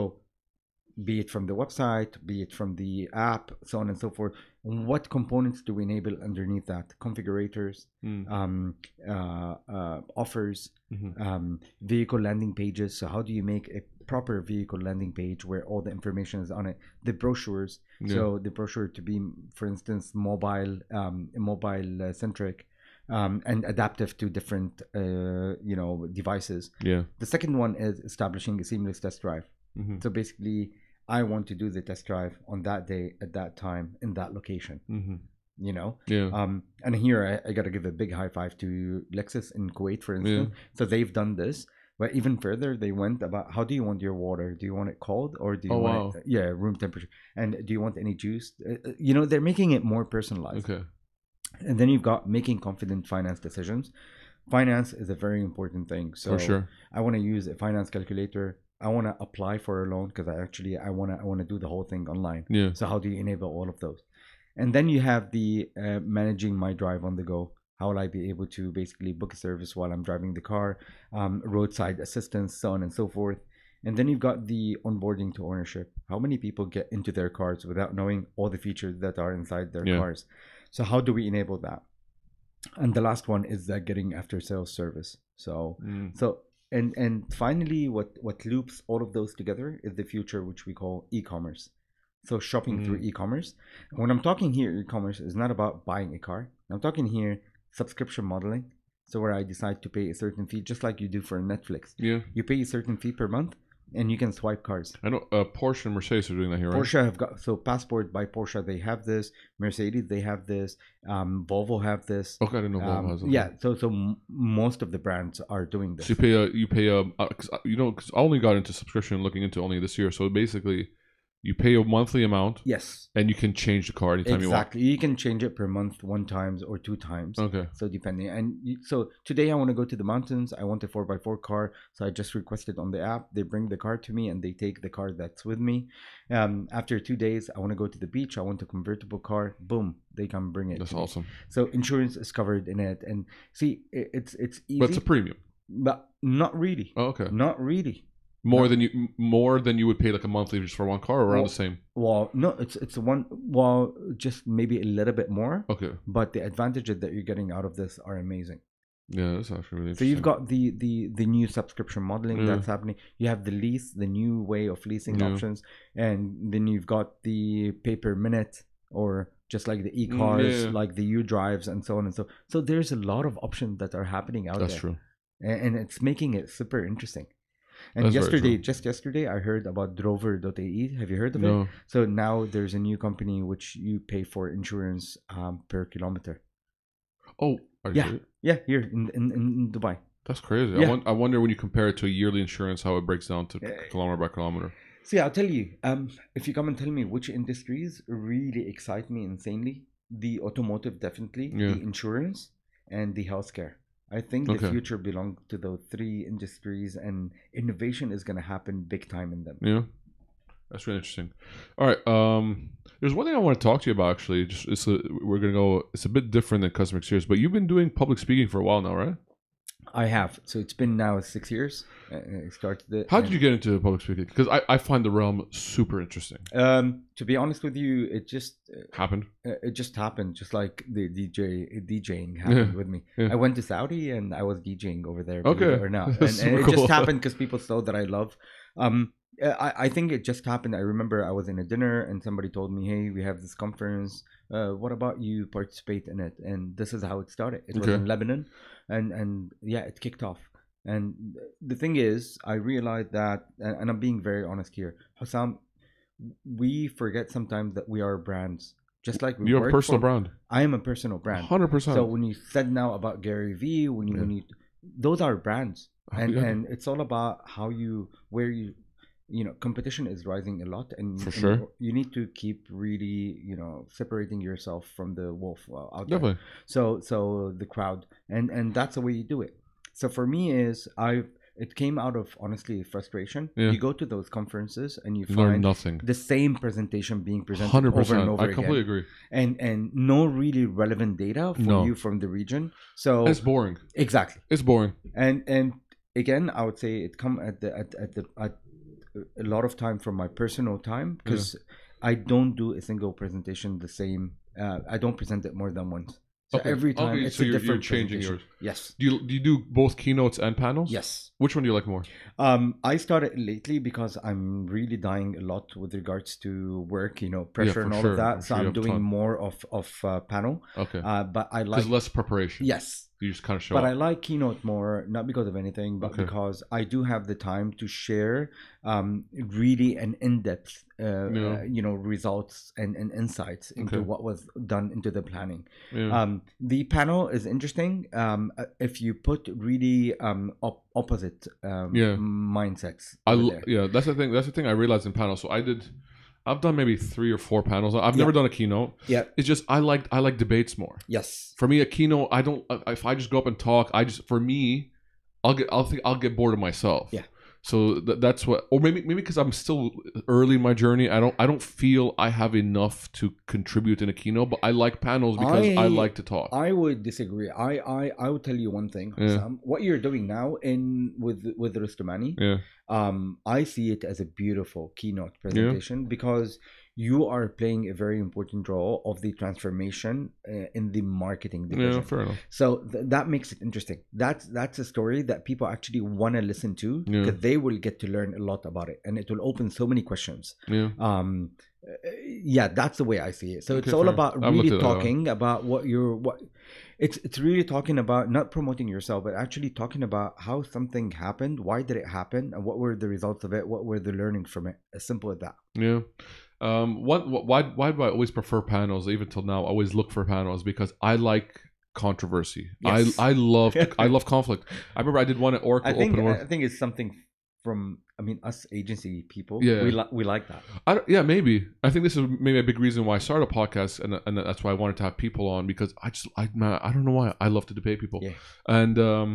Speaker 2: be it from the website, be it from the app, so on and so forth. What components do we enable underneath that? Configurators,
Speaker 1: Mm.
Speaker 2: um, uh, uh, offers,
Speaker 1: Mhm.
Speaker 2: um, vehicle landing pages. So how do you make a proper vehicle landing page where all the information is on it? The brochures.
Speaker 1: Yeah.
Speaker 2: So the brochure to be, for instance, mobile, um, mobile uh, centric, um, and adaptive to different, uh, you know, devices.
Speaker 1: yeah.
Speaker 2: The second one is establishing a seamless test drive.
Speaker 1: Mm-hmm.
Speaker 2: So basically, I want to do the test drive on that day, at that time, in that location.
Speaker 1: Mm-hmm.
Speaker 2: You know,
Speaker 1: Yeah.
Speaker 2: um, and here I, I got to give a big high five to Lexus in Kuwait, for instance. So they've done this. But even further, they went about how do you want your water? Do you want it cold or do you
Speaker 1: Oh,
Speaker 2: want
Speaker 1: wow.
Speaker 2: it, uh, yeah, room temperature? And do you want any juice? Uh, uh, You know, they're making it more personalized.
Speaker 1: okay.
Speaker 2: And then you've got making confident finance decisions. Finance is a very important thing. So
Speaker 1: for sure.
Speaker 2: I want to use a finance calculator. I want to apply for a loan because I actually I want to I want to do the whole thing online.
Speaker 1: Yeah.
Speaker 2: So how do you enable all of those? And then you have the uh, managing my drive on the go. How will I be able to basically book a service while I'm driving the car, um, roadside assistance, so on and so forth. And then you've got the onboarding to ownership. How many people get into their cars without knowing all the features that are inside their
Speaker 1: Yeah.
Speaker 2: cars? So how do we enable that? And the last one is uh, getting after sales service. So
Speaker 1: Mm.
Speaker 2: so and and finally, what what loops all of those together is the future, which we call e-commerce. So shopping through
Speaker 1: Mm.
Speaker 2: e-commerce. And When I'm talking here, e-commerce is not about buying a car. I'm talking here subscription modeling. So where I decide to pay a certain fee, just like you do for Netflix,
Speaker 1: Yeah.
Speaker 2: you pay a certain fee per month, and you can swipe cars.
Speaker 1: I know uh, Porsche and Mercedes are doing that here, right?
Speaker 2: Porsche have got so Passport by Porsche they have this. Mercedes they have this. Um, Volvo have this.
Speaker 1: Okay, I didn't know Volvo
Speaker 2: Um,
Speaker 1: has that.
Speaker 2: yeah. So so m- most of the brands are doing this.
Speaker 1: So you pay a you pay a uh, 'cause, uh, you know 'cause I only got into subscription looking into only this year. So basically, you pay a monthly amount
Speaker 2: Yes.
Speaker 1: and you can change the car anytime
Speaker 2: exactly you, can change it per month one times or two times
Speaker 1: you want. Okay.
Speaker 2: so depending and you, so today i want to go to the mountains i want a 4x4 car so i just requested on the app they bring the car to me and they take the car that's with me um, after two days i want to go to the beach i want a convertible car boom they come bring it
Speaker 1: That's
Speaker 2: to me.
Speaker 1: awesome.
Speaker 2: so insurance is covered in it and see i- it's it's easy
Speaker 1: But it's a premium.
Speaker 2: but not really
Speaker 1: Oh, okay.
Speaker 2: not really
Speaker 1: More
Speaker 2: No.
Speaker 1: than you m- more than you would pay like a monthly just for one car, or around
Speaker 2: Well-
Speaker 1: the same.
Speaker 2: well no it's it's one well just maybe a little bit more
Speaker 1: Okay.
Speaker 2: but the advantages that you're getting out of this are amazing
Speaker 1: Yeah, that's actually really.
Speaker 2: So
Speaker 1: Interesting.
Speaker 2: you've got the the the new subscription modeling
Speaker 1: Yeah.
Speaker 2: that's happening. You have the lease, the new way of leasing
Speaker 1: Yeah.
Speaker 2: options, and then you've got the pay per minute or just like the e
Speaker 1: Mm,
Speaker 2: cars,
Speaker 1: yeah.
Speaker 2: like the U drives, and so on and so. So there's a lot of options that are happening out
Speaker 1: that's
Speaker 2: there,
Speaker 1: true.
Speaker 2: a- and it's making it super interesting. And
Speaker 1: That's very
Speaker 2: yesterday,
Speaker 1: true.
Speaker 2: just yesterday, I heard about Drover.ae. E. Have you heard of it?
Speaker 1: No.
Speaker 2: So now there's a new company which you pay for insurance um, per kilometer.
Speaker 1: Oh, are you
Speaker 2: Yeah.
Speaker 1: serious?
Speaker 2: Yeah, here in in, in Dubai.
Speaker 1: That's crazy. I,
Speaker 2: Yeah.
Speaker 1: won- I wonder when you compare it to a yearly insurance, how it breaks down to
Speaker 2: Yeah.
Speaker 1: kilometer by kilometer.
Speaker 2: See, I'll tell you. Um, if you come and tell me which industries really excite me insanely, the automotive definitely,
Speaker 1: Yeah.
Speaker 2: the insurance, and the healthcare. I think
Speaker 1: Okay.
Speaker 2: the future belongs to those three industries, and innovation is going to happen big time in them.
Speaker 1: Yeah, that's really interesting. All right, um, there's one thing I want to talk to you about actually. Just it's a, we're gonna go. It's a bit different than customer experience, but you've been doing public speaking for a while now, right?
Speaker 2: I have. So it's been now six years. uh, I started it.
Speaker 1: How did you get into public speaking? Because I, I find the realm super interesting.
Speaker 2: Um, to be honest with you, it just uh,
Speaker 1: Happened.
Speaker 2: Uh, it just happened, just like the DJ uh, DJing happened with me.
Speaker 1: yeah.
Speaker 2: I went to Saudi and I was DJing over there, believe
Speaker 1: Okay,
Speaker 2: it or
Speaker 1: *laughs*
Speaker 2: not, and,
Speaker 1: that's
Speaker 2: and it
Speaker 1: super cool.
Speaker 2: just happened because people saw that I love. Um, uh, I, I think it just happened. I remember I was in a dinner and somebody told me, "Hey, we have this conference. Uh, what about you participate in it?" And this is how it started. It was
Speaker 1: Okay.
Speaker 2: in Lebanon, and and yeah, it kicked off. And the thing is, I realized that, and and I'm being very honest here, Hassan, we forget sometimes that we are brands Just like we
Speaker 1: You're a
Speaker 2: work
Speaker 1: personal
Speaker 2: for-
Speaker 1: brand.
Speaker 2: I am a personal brand.
Speaker 1: 100%.
Speaker 2: So when you said now about Gary Vee, when you
Speaker 1: Yeah.
Speaker 2: when you those are
Speaker 1: *laughs*
Speaker 2: brands, and
Speaker 1: Yeah.
Speaker 2: and it's all about how you where you you know competition is rising a lot, and
Speaker 1: For
Speaker 2: and
Speaker 1: sure.
Speaker 2: you need to keep really you know separating yourself from the wolf uh, out there.
Speaker 1: Definitely.
Speaker 2: So so the crowd, and and that's the way you do it. So for me is I it came out of honestly frustration.
Speaker 1: Yeah.
Speaker 2: You go to those conferences and you
Speaker 1: You learn
Speaker 2: find
Speaker 1: nothing.
Speaker 2: the same presentation being presented
Speaker 1: 100%.
Speaker 2: over and over
Speaker 1: I completely agree.
Speaker 2: again and and no really relevant data for
Speaker 1: No.
Speaker 2: you from the region. So
Speaker 1: It's boring.
Speaker 2: exactly,
Speaker 1: It's boring.
Speaker 2: and and again, I would say it come at the at, at the at a lot of time from my personal time because I don't do a single presentation the same. Uh, I don't present it more than once. So
Speaker 1: Okay.
Speaker 2: every time
Speaker 1: Okay,
Speaker 2: it's
Speaker 1: so
Speaker 2: a
Speaker 1: you're- you're
Speaker 2: different
Speaker 1: changing
Speaker 2: presentation.
Speaker 1: yours.
Speaker 2: Yes,
Speaker 1: Do you, do you do both keynotes and panels?
Speaker 2: yes.
Speaker 1: Which one do you like more?
Speaker 2: Um, I started lately because I'm really dying a lot with regards to work, you know, pressure
Speaker 1: for
Speaker 2: and all
Speaker 1: sure.
Speaker 2: of that.
Speaker 1: I'm
Speaker 2: so
Speaker 1: sure you
Speaker 2: I'm
Speaker 1: have
Speaker 2: doing
Speaker 1: time.
Speaker 2: more of of uh, panel,
Speaker 1: Okay.
Speaker 2: uh, but I
Speaker 1: There's
Speaker 2: like
Speaker 1: less preparation.
Speaker 2: yes.
Speaker 1: You just kind of show
Speaker 2: but I
Speaker 1: up.
Speaker 2: like Keynote more, not because of anything, but
Speaker 1: Okay.
Speaker 2: because I do have the time to share um, really an in-depth, uh,
Speaker 1: Yeah.
Speaker 2: uh, you know, results and, and insights into
Speaker 1: Okay.
Speaker 2: what was done into the planning.
Speaker 1: yeah.
Speaker 2: Um, the panel is interesting um, uh, if you put really um, op- opposite um,
Speaker 1: Yeah.
Speaker 2: mindsets.
Speaker 1: I
Speaker 2: over
Speaker 1: l-
Speaker 2: there.
Speaker 1: yeah, that's the thing. That's the thing I realized in panels. So I did, I've done maybe three or four panels. I've never done a keynote.
Speaker 2: Yeah.
Speaker 1: It's just I like I like debates more.
Speaker 2: Yes.
Speaker 1: For me, a keynote, I don't. I- If I just go up and talk, I just for me, I'll get I'll think I'll get bored of myself.
Speaker 2: Yeah.
Speaker 1: So th- that's what, or maybe maybe because I'm still early in my journey, I don't I don't feel I have enough to contribute in a keynote. But I like panels because I,
Speaker 2: I-
Speaker 1: like to talk.
Speaker 2: I would disagree. I I, I would tell you one thing,
Speaker 1: Yeah.
Speaker 2: Sam. What you're doing now in with with Rustamani,
Speaker 1: Yeah.
Speaker 2: um, I see it as a beautiful keynote presentation because you are playing a very important role of the transformation uh, in the marketing division.
Speaker 1: yeah, fair enough.
Speaker 2: So th- that makes it interesting. That's that's a story that people actually want to listen to
Speaker 1: Yeah.
Speaker 2: because they will get to learn a lot about it, and it will open so many questions
Speaker 1: Yeah.
Speaker 2: um uh, yeah that's the way i see it so it's
Speaker 1: Okay,
Speaker 2: all
Speaker 1: fair.
Speaker 2: about
Speaker 1: I've looked
Speaker 2: really
Speaker 1: at that one.
Speaker 2: talking about what you're what it's it's really talking about not promoting yourself but actually talking about how something happened why did it happen and what were the results of it what were the learnings from it as simple as that
Speaker 1: Yeah. Um, what, what, why, why do I always prefer panels? Even till now, I always look for panels because I like controversy.
Speaker 2: Yes.
Speaker 1: I, I love,
Speaker 2: *laughs*
Speaker 1: I love conflict. I remember I did one at Oracle
Speaker 2: i think
Speaker 1: Open
Speaker 2: i
Speaker 1: Oracle.
Speaker 2: think it's something from i mean us agency people
Speaker 1: Yeah.
Speaker 2: we, li- we like that
Speaker 1: I don't- yeah, maybe. I think this is maybe a big reason why I started a podcast, and and that's why I wanted to have people on because I just, I, man, I don't know why I love to debate people.
Speaker 2: Yeah.
Speaker 1: And um,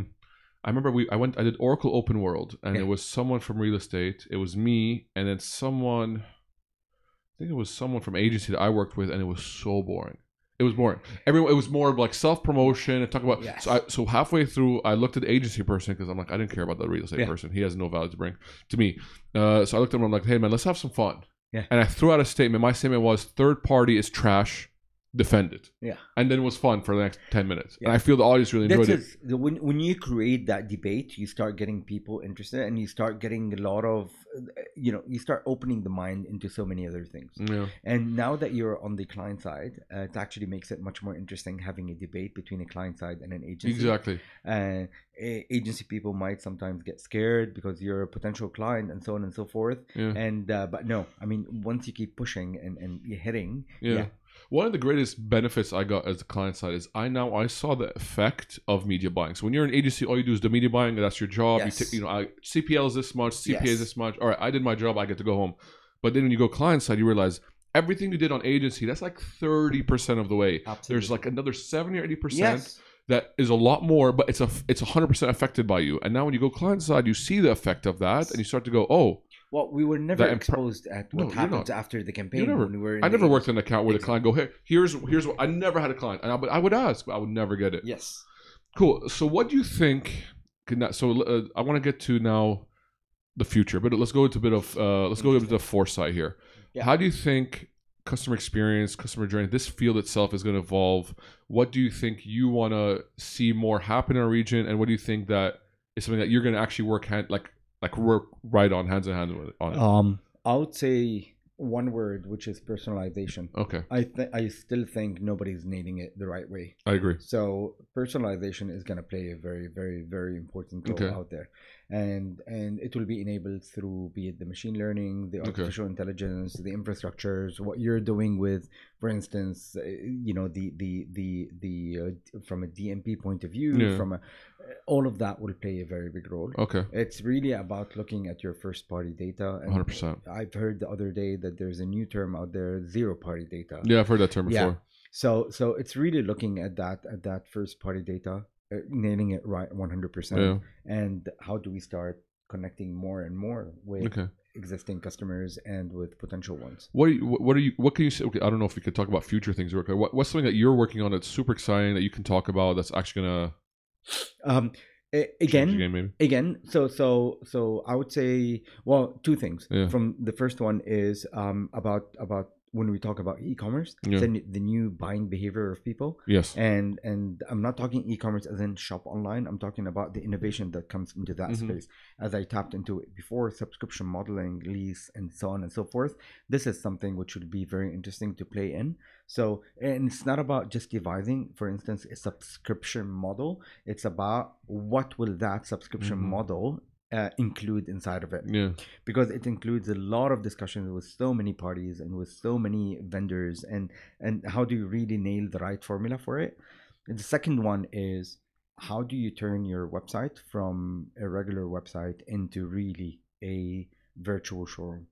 Speaker 1: I remember we, I went, I did Oracle Open World, and
Speaker 2: Yeah.
Speaker 1: it was someone from real estate. It was me, and then someone. I think it was someone from agency that I worked with, and it was so boring. It was boring. Everyone, it was more of like self promotion and talk about.
Speaker 2: Yes.
Speaker 1: So, I, so halfway through, I looked at the agency person because I'm like, I didn't care about the real estate
Speaker 2: Yeah.
Speaker 1: person. He has no value to bring to me. Uh, so I looked at him. I'm like, hey man, let's have some fun.
Speaker 2: Yeah.
Speaker 1: And I threw out a statement. My statement was, third party is trash. Defend it.
Speaker 2: Yeah.
Speaker 1: And then it was fun for the next ten minutes,
Speaker 2: Yeah.
Speaker 1: and I feel the audience really enjoyed
Speaker 2: That's
Speaker 1: it.
Speaker 2: it. The- When, when you create that debate, you start getting people interested and you start getting a lot of, uh, you know, you start opening the mind into so many other things.
Speaker 1: Yeah.
Speaker 2: And now that you're on the client side, uh, it actually makes it much more interesting having a debate between a client side and an agency.
Speaker 1: Exactly.
Speaker 2: Uh, a- agency people might sometimes get scared because you're a potential client and so on and so forth.
Speaker 1: Yeah.
Speaker 2: And uh, but no, I mean once you keep pushing and and you're hitting,
Speaker 1: Yeah.
Speaker 2: Yeah.
Speaker 1: One of the greatest benefits I got as the client side is I now I saw the effect of media buying. So when you're an agency, all you do is the media buying. That's your job.
Speaker 2: Yes.
Speaker 1: You, take, you know, I, CPL is this much, CPA is
Speaker 2: Yes.
Speaker 1: this much. All right, I did my job. I get to go home. But then when you go client side, you realize everything you did on agency that's like thirty percent of the way.
Speaker 2: absolutely.
Speaker 1: There's like another seventy or eighty percent
Speaker 2: yes,
Speaker 1: that is a lot more, but it's a it's hundred percent affected by you. And now when you go client side, you see the effect of that, and you start to go, oh,
Speaker 2: well, we were never
Speaker 1: impre-
Speaker 2: exposed at
Speaker 1: No,
Speaker 2: what
Speaker 1: you're
Speaker 2: happens
Speaker 1: not.
Speaker 2: after the campaign.
Speaker 1: never-
Speaker 2: when we were in
Speaker 1: I
Speaker 2: the
Speaker 1: never worked
Speaker 2: agency.
Speaker 1: an account where the client go, hey, here's here's what I never had a client, and I, but I would ask, but I would never get it.
Speaker 2: Yes.
Speaker 1: Cool. So, what do you think? Could not, so, uh, I want to get to now the future, but let's go into a bit of uh, let's go into the foresight here.
Speaker 2: Yeah.
Speaker 1: How do you think customer experience, customer journey, this field itself is going to evolve? What do you think you want to see more happen in our region, and what do you think that is something that you're going to actually work hand like like work right on hands in hand with on? it?
Speaker 2: Um, I would say one word, which is personalization.
Speaker 1: okay,
Speaker 2: I th- I still think nobody's nailing it the right way.
Speaker 1: I agree.
Speaker 2: So personalization is going to play a very, very, very important role
Speaker 1: Okay.
Speaker 2: out there, and and it will be enabled through be it the machine learning the artificial intelligence the infrastructures what you're doing with for instance uh, you know the the the the uh, d- from a dmp point of view
Speaker 1: Yeah. Oh.
Speaker 2: from a, all of that will play a very big role
Speaker 1: Okay.
Speaker 2: it's really about looking at your first party data and
Speaker 1: 100%.
Speaker 2: i've heard the other day that there's a new term out there zero party data
Speaker 1: Yeah, I've heard that term
Speaker 2: Yeah.
Speaker 1: before.
Speaker 2: so so it's really looking at that at that first party data uh, nailing it right 100%
Speaker 1: Yeah.
Speaker 2: and how do we start connecting more and more with
Speaker 1: Okay.
Speaker 2: existing customers and with potential ones
Speaker 1: What are you, what what are you what can you say? Okay, I don't know if we could talk about future things. Rick. What, what's something that you're working on that's super exciting that you can talk about that's actually gonna
Speaker 2: um a-
Speaker 1: change the
Speaker 2: again
Speaker 1: game maybe?
Speaker 2: again so so so i would say well two things
Speaker 1: Yeah.
Speaker 2: from the first one is um about about when we talk about e-commerce
Speaker 1: Yeah.
Speaker 2: the, n- the new buying behavior of people
Speaker 1: Yes.
Speaker 2: and and i'm not talking e-commerce as in shop online i'm talking about the innovation that comes into that
Speaker 1: Mhm.
Speaker 2: space as i tapped into it before subscription modeling lease and so on and so forth this is something which would be very interesting to play in so and it's not about just devising for instance a subscription model it's about what will that subscription
Speaker 1: Mhm.
Speaker 2: model uh, include inside of it
Speaker 1: Yeah.
Speaker 2: because it includes a lot of discussions with so many parties and with so many vendors and and how do you really nail the right formula for it and the second one is how do you turn your website from a regular website into really a virtual showroom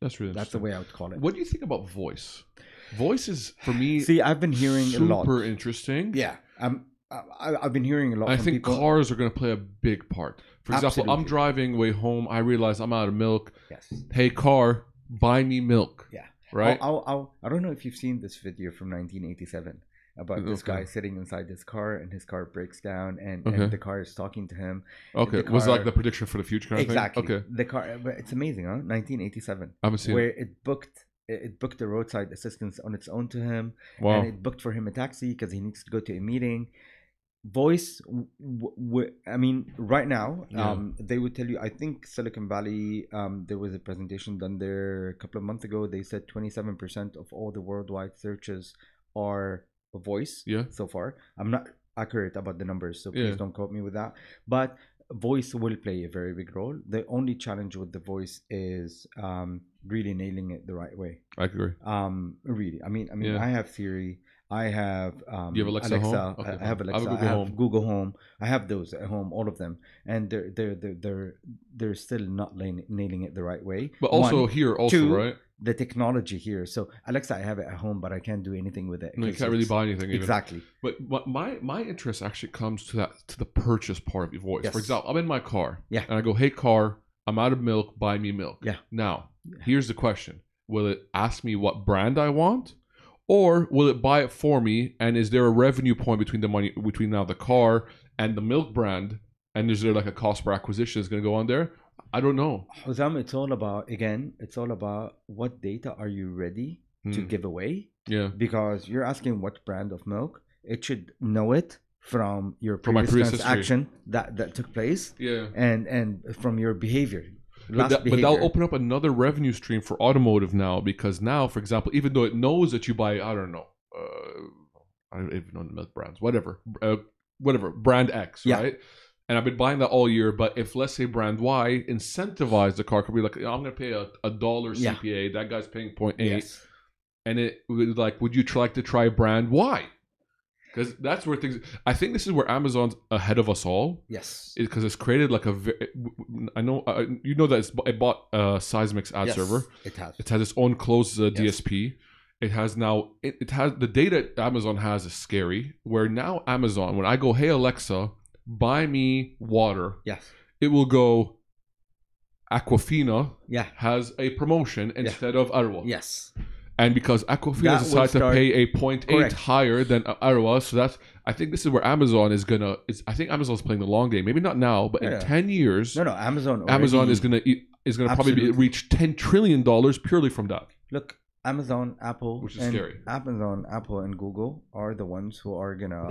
Speaker 1: That's really
Speaker 2: that's the
Speaker 1: interesting.
Speaker 2: way i would call it
Speaker 1: What do you think about voice? Voice is for me
Speaker 2: see i've been hearing
Speaker 1: super
Speaker 2: a lot
Speaker 1: interesting.
Speaker 2: yeah um, I, I- i've been hearing a lot
Speaker 1: I
Speaker 2: from
Speaker 1: think
Speaker 2: people
Speaker 1: cars are going to play a big part. For example, I'm
Speaker 2: Absolutely.
Speaker 1: driving way home. I realize I'm out of milk.
Speaker 2: yes
Speaker 1: Hey, car, buy me milk.
Speaker 2: Yeah.
Speaker 1: Right?
Speaker 2: I'll, I'll, I'll, I don't know if you've seen this video from 1987 about this
Speaker 1: Okay. Mm-hmm.
Speaker 2: guy sitting inside his car and his car breaks down and,
Speaker 1: Okay.
Speaker 2: and the car is talking to him.
Speaker 1: okay.
Speaker 2: the
Speaker 1: Was
Speaker 2: car-
Speaker 1: like the prediction for the future kind
Speaker 2: exactly.
Speaker 1: of thing? Okay.
Speaker 2: The car, uh, but it's amazing, huh? 1987,
Speaker 1: I haven't seen
Speaker 2: where
Speaker 1: it.
Speaker 2: it booked. It it booked a roadside assistance on its own to him,
Speaker 1: Wow.
Speaker 2: and it booked for him a taxi because he needs to go to a meeting. Voice, w- w- I mean, right now,
Speaker 1: Yeah.
Speaker 2: um, they would tell you. I think Silicon Valley. Um, there was a presentation done there a couple of months ago. They said twenty-seven percent of all the worldwide searches are voice
Speaker 1: yeah.
Speaker 2: so far. I'm not accurate about the numbers, so please
Speaker 1: Yeah.
Speaker 2: don't quote me with that. But voice will play a very big role. The only challenge with the voice is um, really nailing it the right way.
Speaker 1: I agree.
Speaker 2: Um, really, I mean, I mean,
Speaker 1: Yeah.
Speaker 2: I have Siri. I have um,
Speaker 1: You have Alexa at home? Okay,
Speaker 2: I- I
Speaker 1: fine.
Speaker 2: have Alexa. I have, Google,
Speaker 1: Home.
Speaker 2: home. I have those at home, all of them, and they're they're they're they're, they're still not nailing nailing it the right way.
Speaker 1: But also
Speaker 2: One,
Speaker 1: here, also,
Speaker 2: Two,
Speaker 1: right?
Speaker 2: the technology here. So Alexa, I have it at home, but I can't do anything with it.
Speaker 1: No, you
Speaker 2: 'cause
Speaker 1: can't really
Speaker 2: it's-
Speaker 1: buy anything. Even.
Speaker 2: Exactly.
Speaker 1: But my- my my interest actually comes to that to the purchase part of your voice.
Speaker 2: Yes.
Speaker 1: For example, I'm in my car.
Speaker 2: Yeah.
Speaker 1: And I go, "Hey car, I'm out of milk. Buy me milk."
Speaker 2: Yeah.
Speaker 1: Now,
Speaker 2: Yeah.
Speaker 1: here's the question: Will it ask me what brand I want, or will it buy it for me? And is there a revenue point between the money between now the car and the milk brand? And is there like a cost per acquisition that's going to go on there? I don't know.
Speaker 2: Huzam, it's all about again, it's all about what data are you ready to
Speaker 1: Hmm.
Speaker 2: give away?
Speaker 1: Yeah.
Speaker 2: Because you're asking what brand of milk. It should know it from your
Speaker 1: From my previous
Speaker 2: previous,
Speaker 1: history.
Speaker 2: transaction that, that took place
Speaker 1: Yeah.
Speaker 2: and and from your behavior.
Speaker 1: But,
Speaker 2: Last
Speaker 1: that, but
Speaker 2: behavior.
Speaker 1: that'll open up another revenue stream for automotive now because now, for example, even though it knows that you buy, I don't know, uh, I don't even know the milk brands, whatever, uh, whatever, brand X,
Speaker 2: Yeah.
Speaker 1: right? And I've been buying that all year. But if, let's say, brand Y incentivized the car company, like, I'm going to pay a, a dollar
Speaker 2: Yeah.
Speaker 1: CPA, that guy's paying 0.8.
Speaker 2: yes.
Speaker 1: And it would like, would you try, like to try brand Y? Because that's where things, I think this is where Amazon's ahead of us all
Speaker 2: Yes.
Speaker 1: because it's created like a ve- I know uh, you know that it's, it bought uh, Seismic's ad
Speaker 2: Yes,
Speaker 1: server.
Speaker 2: It has.
Speaker 1: It has its own closed uh,
Speaker 2: Yes.
Speaker 1: DSP. It has now it, it has the data Amazon has is scary. Where now Amazon, when I go, hey Alexa, buy me water,
Speaker 2: Yes.
Speaker 1: it will go. Aquafina
Speaker 2: Yeah.
Speaker 1: has a promotion
Speaker 2: Yeah.
Speaker 1: instead of Arwa.
Speaker 2: Yes.
Speaker 1: And because Aquafina
Speaker 2: That
Speaker 1: has
Speaker 2: will
Speaker 1: decided to
Speaker 2: start-
Speaker 1: pay a 0.8
Speaker 2: Correct.
Speaker 1: higher than Arwa, so that's I think this is where Amazon is gonna. Is, I think Amazon's playing the long game. Maybe not now, but
Speaker 2: Yeah.
Speaker 1: in 10 years,
Speaker 2: No, no. Amazon.
Speaker 1: Amazon
Speaker 2: already-
Speaker 1: is gonna eat, is gonna probably be,
Speaker 2: Oh, Absolutely.
Speaker 1: reach 10 trillion dollars purely from that.
Speaker 2: look amazon apple
Speaker 1: Which is
Speaker 2: and
Speaker 1: scary.
Speaker 2: amazon apple and google are the ones who are gonna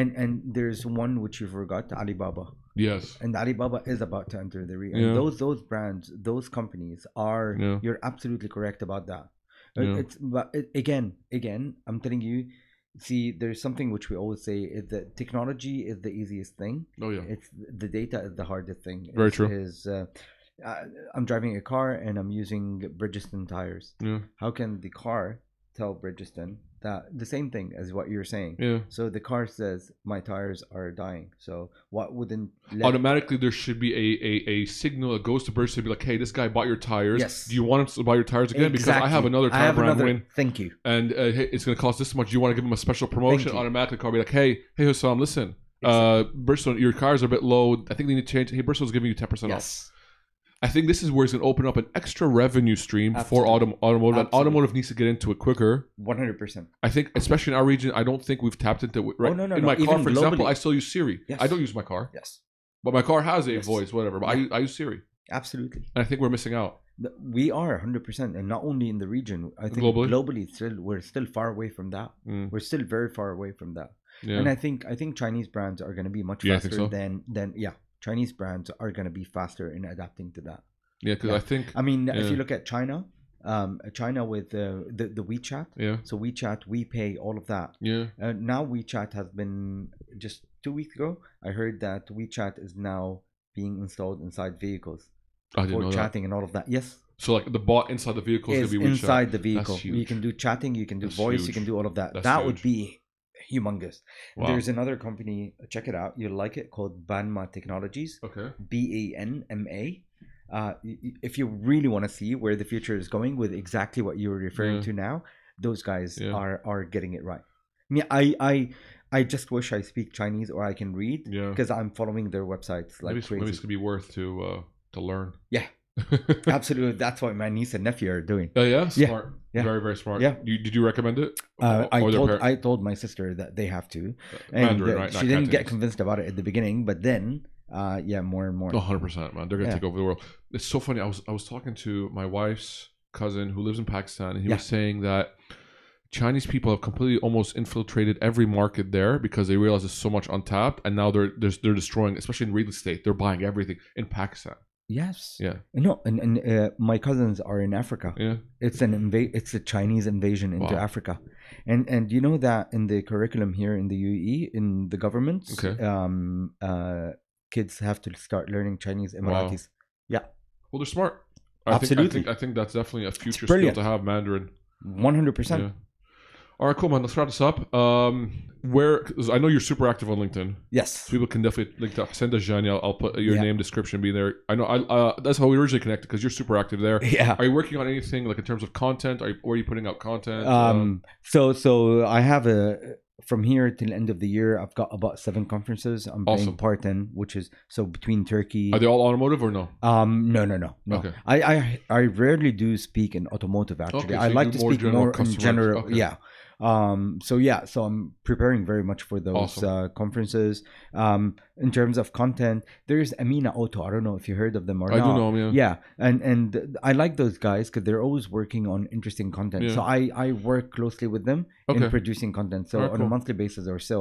Speaker 2: and and there's one which you forgot alibaba
Speaker 1: Yes.
Speaker 2: and alibaba is about to enter the re-
Speaker 1: Yeah.
Speaker 2: and those those brands those companies are
Speaker 1: Yeah.
Speaker 2: you're absolutely correct about that Uh, It-
Speaker 1: Yeah.
Speaker 2: it's but it, again again i'm telling you see, there's something which we always say is that technology is the easiest thing.
Speaker 1: Oh yeah.
Speaker 2: It's the data is the hardest thing.
Speaker 1: Very
Speaker 2: It's-
Speaker 1: true.
Speaker 2: Is uh, I- I'm driving a car and I'm using Bridgestone tires.
Speaker 1: Yeah.
Speaker 2: How can the car tell Bridgestone that the same thing as what you're saying?
Speaker 1: Yeah.
Speaker 2: So the car says my tires are dying. So what wouldn't let-
Speaker 1: Automatically, there should be a, a, a signal that goes to Bridgestone to be like, hey, this guy bought your tires.
Speaker 2: Yes.
Speaker 1: Do you want him to buy your tires again? Because I have
Speaker 2: Exactly.
Speaker 1: another
Speaker 2: I
Speaker 1: tire
Speaker 2: have
Speaker 1: brand
Speaker 2: another-
Speaker 1: win,
Speaker 2: Thank you.
Speaker 1: and uh, hey, it's going to cost this much. Do you want to give him a special promotion?
Speaker 2: you.
Speaker 1: Automatically, the car will be like, hey, hey, Hussam, listen, uh, Bridgestone, your cars are a bit low. I think they need to change. Hey, Bristol's giving you 10% off.
Speaker 2: Yes.
Speaker 1: I think this is where it's going to open up an extra revenue stream for
Speaker 2: Absolutely.
Speaker 1: autom- automotive. And
Speaker 2: Absolutely.
Speaker 1: automotive needs to get into it quicker.
Speaker 2: One hundred percent.
Speaker 1: I think, especially in our region, I don't think we've tapped into it. Right?
Speaker 2: Oh, no, no,
Speaker 1: in
Speaker 2: no.
Speaker 1: my car,
Speaker 2: Even
Speaker 1: for example,
Speaker 2: globally.
Speaker 1: I still use Siri.
Speaker 2: Yes.
Speaker 1: I don't use my car,
Speaker 2: Yes.
Speaker 1: but my car has a
Speaker 2: Yes.
Speaker 1: voice, whatever. But I, I use Siri.
Speaker 2: Absolutely.
Speaker 1: And I think we're missing out.
Speaker 2: Th- We are hundred percent, and not only in the region. I think
Speaker 1: Globally?
Speaker 2: globally, still we're still far away from that.
Speaker 1: Mm,
Speaker 2: We're still very far away from that.
Speaker 1: yeah.
Speaker 2: And I think I think Chinese brands are going to be much
Speaker 1: Yeah, I think
Speaker 2: faster
Speaker 1: so.
Speaker 2: than than yeah. Chinese brands are going to be faster in adapting to that.
Speaker 1: yeah, because
Speaker 2: yeah.
Speaker 1: I think.
Speaker 2: I mean,
Speaker 1: Yeah.
Speaker 2: if you look at China, um, China with uh, the the WeChat.
Speaker 1: yeah.
Speaker 2: So WeChat, WePay, all of that.
Speaker 1: Yeah.
Speaker 2: Uh, now WeChat has been just two weeks ago. I heard that WeChat is now being installed inside vehicles
Speaker 1: I didn't
Speaker 2: for
Speaker 1: know that.
Speaker 2: chatting and all of that. Yes,
Speaker 1: So, like, the bot inside the vehicle is
Speaker 2: is
Speaker 1: going to be WeChat.
Speaker 2: inside the vehicle. You
Speaker 1: huge.
Speaker 2: can do chatting, you can do
Speaker 1: That's
Speaker 2: voice, you
Speaker 1: huge.
Speaker 2: can do all of that.
Speaker 1: That's
Speaker 2: that would
Speaker 1: huge.
Speaker 2: be humongous.
Speaker 1: Wow.
Speaker 2: There's another company. Check it out. You'll like it called Banma Technologies.
Speaker 1: okay.
Speaker 2: B A N M A. Uh, y- y- if you really want to see where the future is going with exactly what you were referring
Speaker 1: Yeah.
Speaker 2: to now, those guys
Speaker 1: Yeah.
Speaker 2: are are getting it right. I mean, I I I just wish I speak Chinese or I can read
Speaker 1: Yeah.
Speaker 2: because I'm following their websites like
Speaker 1: maybe, it's- maybe
Speaker 2: crazy.
Speaker 1: *laughs* it's going to be worth to uh, to learn. *laughs*
Speaker 2: Yeah.
Speaker 1: oh,
Speaker 2: Absolutely, that's what my niece and nephew are doing.
Speaker 1: yeah?
Speaker 2: Yeah.
Speaker 1: Smart.
Speaker 2: Yeah.
Speaker 1: Very, very smart.
Speaker 2: Yeah.
Speaker 1: You, did you recommend it?
Speaker 2: Uh, I
Speaker 1: their
Speaker 2: told
Speaker 1: parent-
Speaker 2: I told my sister that they have to, and
Speaker 1: Mandarin,
Speaker 2: uh,
Speaker 1: right?
Speaker 2: she didn't get convinced about it at the beginning, but then, uh, yeah, more and more.
Speaker 1: No, hundred percent, man. They're gonna
Speaker 2: Yeah.
Speaker 1: take over the world. It's so funny. I was I was talking to my wife's cousin who lives in Pakistan, and he
Speaker 2: Yeah.
Speaker 1: was saying that Chinese people have completely almost infiltrated every market there because they realize there's so much untapped, and now they're they're, they're destroying, especially in real estate. They're buying everything in Pakistan.
Speaker 2: Yes.
Speaker 1: Yeah.
Speaker 2: No, and and uh, my cousins are in Africa.
Speaker 1: Yeah,
Speaker 2: it's an inva- it's a Chinese invasion into
Speaker 1: Wow.
Speaker 2: Africa, and and you know that in the curriculum here in the UAE in the government,
Speaker 1: Okay.
Speaker 2: um, uh, kids have to start learning Chinese Emiratis.
Speaker 1: well, they're smart. I
Speaker 2: Absolutely.
Speaker 1: Think, I think I think that's definitely a future skill
Speaker 2: brilliant.
Speaker 1: to have Mandarin.
Speaker 2: One hundred percent.
Speaker 1: Yeah. All right, cool, man. Let's wrap this up. Um, where 'cause I know you're super active on LinkedIn. So
Speaker 2: Yes.
Speaker 1: people can definitely link to Hassan Dajani. I'll, I'll put your
Speaker 2: Yeah.
Speaker 1: name description be there. I know. I uh, that's how we originally connected because you're super active there.
Speaker 2: *laughs* Yeah.
Speaker 1: Are you working on anything like in terms of content? Are you, where are you putting out content? Uh,
Speaker 2: Um. So so I have a from here till end of the year I've got about seven conferences I'm
Speaker 1: Awesome.
Speaker 2: playing part in, which is so between Turkey.
Speaker 1: Uh, are they all automotive or no?
Speaker 2: Um, no, no, no, no.
Speaker 1: Okay.
Speaker 2: I, I, I rarely do speak in automotive. Actually,
Speaker 1: Okay, so
Speaker 2: I
Speaker 1: you
Speaker 2: like
Speaker 1: do
Speaker 2: to
Speaker 1: more
Speaker 2: speak
Speaker 1: general
Speaker 2: more in
Speaker 1: customer-
Speaker 2: general.
Speaker 1: okay.
Speaker 2: Yeah. Um. So yeah. So I'm preparing very much for those
Speaker 1: Awesome.
Speaker 2: uh, conferences. Um. In terms of content, there's Amina Auto. I don't know if you heard of them or
Speaker 1: I
Speaker 2: not.
Speaker 1: do know. Yeah.
Speaker 2: Yeah, and and I like those guys because they're always working on interesting content.
Speaker 1: Yeah.
Speaker 2: So I I work closely with them
Speaker 1: Okay.
Speaker 2: in producing content. So
Speaker 1: Alright,
Speaker 2: on
Speaker 1: cool.
Speaker 2: a monthly basis or so,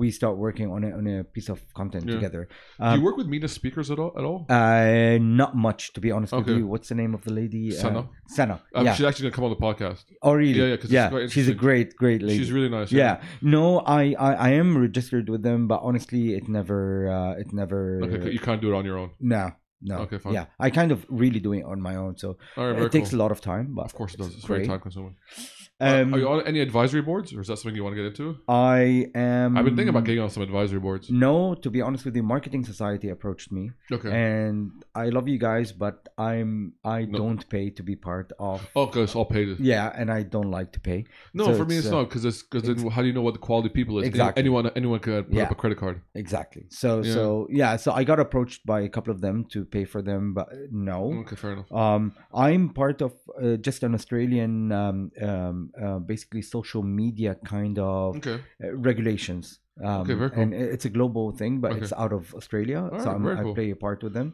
Speaker 2: we start working on a, on a piece of content
Speaker 1: Yeah.
Speaker 2: together.
Speaker 1: do
Speaker 2: Um,
Speaker 1: you work with Mina speakers at all? At all?
Speaker 2: uh, not much to be honest
Speaker 1: Okay.
Speaker 2: with you. What's the name of the lady?
Speaker 1: Sana.
Speaker 2: Uh, Sana.
Speaker 1: Um,
Speaker 2: yeah.
Speaker 1: She's actually gonna come on the podcast.
Speaker 2: oh, really?
Speaker 1: Yeah, yeah, 'cause it's quite
Speaker 2: she's a
Speaker 1: interesting.
Speaker 2: great, great lady.
Speaker 1: She's really nice.
Speaker 2: yeah. No, I, I, I am registered with them, but honestly, it never, uh, it never.
Speaker 1: Okay, c- you can't do it on your own.
Speaker 2: no, no.
Speaker 1: Okay, fine.
Speaker 2: Yeah, I kind of really doing it on my own, so
Speaker 1: All right. Very
Speaker 2: it takes
Speaker 1: cool.
Speaker 2: a lot of time. But
Speaker 1: Of course it does. It's very
Speaker 2: great.
Speaker 1: time consuming.
Speaker 2: Um,
Speaker 1: are you on any advisory boards, or is that something you want to get into?
Speaker 2: I am.
Speaker 1: I've been thinking about getting on some advisory boards.
Speaker 2: No, to be honest with you, Marketing Society approached me,
Speaker 1: Okay.
Speaker 2: and I love you guys, but I'm I
Speaker 1: No.
Speaker 2: don't pay to be part of.
Speaker 1: Okay, so I'll pay this.
Speaker 2: Yeah, and I don't like to pay.
Speaker 1: No,
Speaker 2: So
Speaker 1: for me it's,
Speaker 2: it's, uh,
Speaker 1: not because it's because then how do you know what the quality of people is? Any-
Speaker 2: Exactly.
Speaker 1: Anyone anyone could put
Speaker 2: Yeah.
Speaker 1: up a credit card.
Speaker 2: Exactly. So
Speaker 1: Yeah.
Speaker 2: so yeah, so I got approached by a couple of them to pay for them, but uh, no.
Speaker 1: Okay, fair enough.
Speaker 2: Um, I'm part of uh, just an Australian, um, um, uh, basically social media kind of
Speaker 1: Okay,
Speaker 2: uh, regulations. Um,
Speaker 1: Mm. Okay, very cool.
Speaker 2: And it- it's a global thing, but
Speaker 1: Okay.
Speaker 2: it's out of Australia,
Speaker 1: Alright,
Speaker 2: so I'm,
Speaker 1: very cool.
Speaker 2: I play a part with them.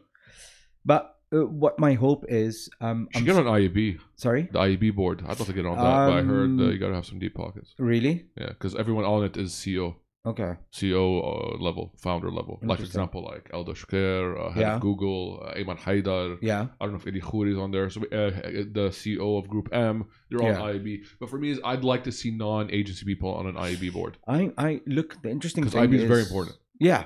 Speaker 2: But uh, what my hope is, um,
Speaker 1: should
Speaker 2: I'm
Speaker 1: get
Speaker 2: s-
Speaker 1: on IEB,
Speaker 2: sorry,
Speaker 1: the E IEB board. I'd love to get on that, but I heard uh,
Speaker 2: Um,
Speaker 1: you got to have some deep pockets.
Speaker 2: really?
Speaker 1: Yeah, because everyone on it is E CEO.
Speaker 2: Okay.
Speaker 1: CEO uh, level, founder level. Like for
Speaker 2: Interesting.
Speaker 1: example, like Al Dashker, uh, head
Speaker 2: Yeah.
Speaker 1: of Google, uh, Ayman Haidar.
Speaker 2: Yeah.
Speaker 1: I don't know if Eddie Khouri is on there. So uh, the CEO of Group M, they're
Speaker 2: Yeah.
Speaker 1: on IAB. But for me, is I'd like to see non-agency people on an IAB board.
Speaker 2: I, I look. The interesting
Speaker 1: 'Cause
Speaker 2: thing
Speaker 1: IB is very important.
Speaker 2: Yeah,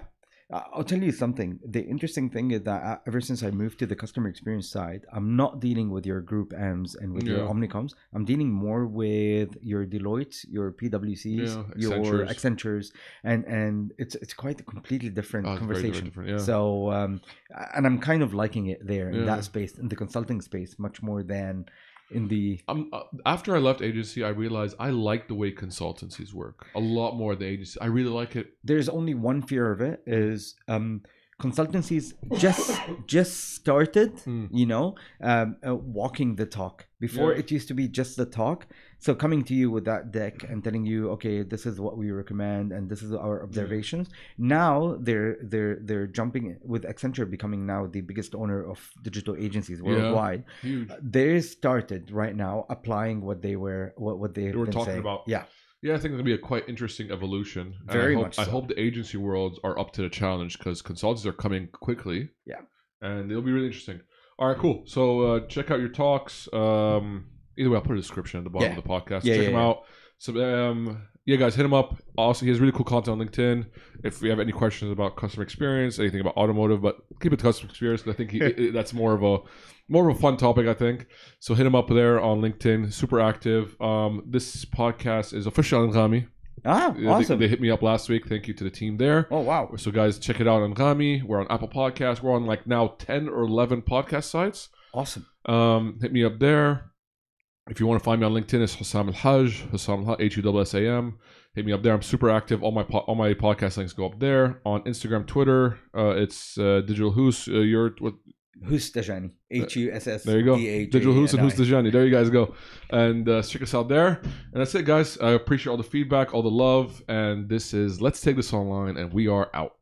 Speaker 2: I- I'll tell you something. The interesting thing is that uh, ever since I moved to the customer experience side, I'm not dealing with your Group M's and with your
Speaker 1: Yeah.
Speaker 2: Omnicoms. I'm dealing more with your Deloitte, your PwCs,
Speaker 1: Yeah,
Speaker 2: your
Speaker 1: Accentures.
Speaker 2: Accentures, and and it's it's quite a completely different
Speaker 1: Oh, it's very, very
Speaker 2: conversation.
Speaker 1: different, yeah.
Speaker 2: So um, and I'm kind of liking it there in
Speaker 1: Yeah.
Speaker 2: that space, in the consulting space, much more than in the
Speaker 1: Um, uh, after I left agency, I realized I like the way consultancies work a lot more than agency. I really like it.
Speaker 2: there's only one fear of it is um consultancies just just started
Speaker 1: Mm.
Speaker 2: you know um uh, walking the talk before
Speaker 1: Yeah.
Speaker 2: it used to be just the talk so coming to you with that deck and telling you okay this is what we recommend and this is our observations now they're they're they're jumping with accenture becoming now the biggest owner of digital agencies worldwide
Speaker 1: Huge.
Speaker 2: they started right now applying what they were what, what they,
Speaker 1: were talking about.
Speaker 2: yeah
Speaker 1: Yeah, I think it'll be a quite interesting evolution. And I
Speaker 2: Very
Speaker 1: hope,
Speaker 2: much
Speaker 1: I
Speaker 2: so.
Speaker 1: hope the agency worlds are up to the challenge because consultants are coming quickly.
Speaker 2: Yeah.
Speaker 1: And it'll be really interesting. All right, cool. So uh, check out your talks. Um, either way, I'll put a description at the bottom
Speaker 2: Yeah.
Speaker 1: of the podcast.
Speaker 2: Yeah,
Speaker 1: check
Speaker 2: yeah,
Speaker 1: him
Speaker 2: yeah.
Speaker 1: out. So um, yeah, guys, hit him up. Also, he has really cool content on LinkedIn. If we have any questions about customer experience, anything about automotive, but keep it to customer experience. 'cause I
Speaker 2: *laughs*
Speaker 1: think he, i- i- that's more of a more of a fun topic. I think so. Hit him up there on LinkedIn. Super active. Um, this podcast is officially on Rami. Yeah,
Speaker 2: ah
Speaker 1: they-
Speaker 2: awesome
Speaker 1: They, hit me up last week. Thank you to the team there.
Speaker 2: oh wow
Speaker 1: So guys, check it out on Gami. We're on Apple Podcasts. We're on like now ten or eleven podcast sites.
Speaker 2: awesome
Speaker 1: Um, hit me up there. If you want to find me on LinkedIn, it's Hassam Al Haj, Hassam Al H U S A M. Hit me up there. I'm super active. All my po- all my podcast links go up there. On Instagram, Twitter, uh, it's uh, Digital Hoos. Uh, you're what,
Speaker 2: Who's Tajani? H U S S.
Speaker 1: Uh, there you go. Digital Who's and Who's the Johnny. There you guys go. And uh, check us out there. And that's it, guys. I appreciate all the feedback, all the love. And this is Let's Take This Online, and we are out.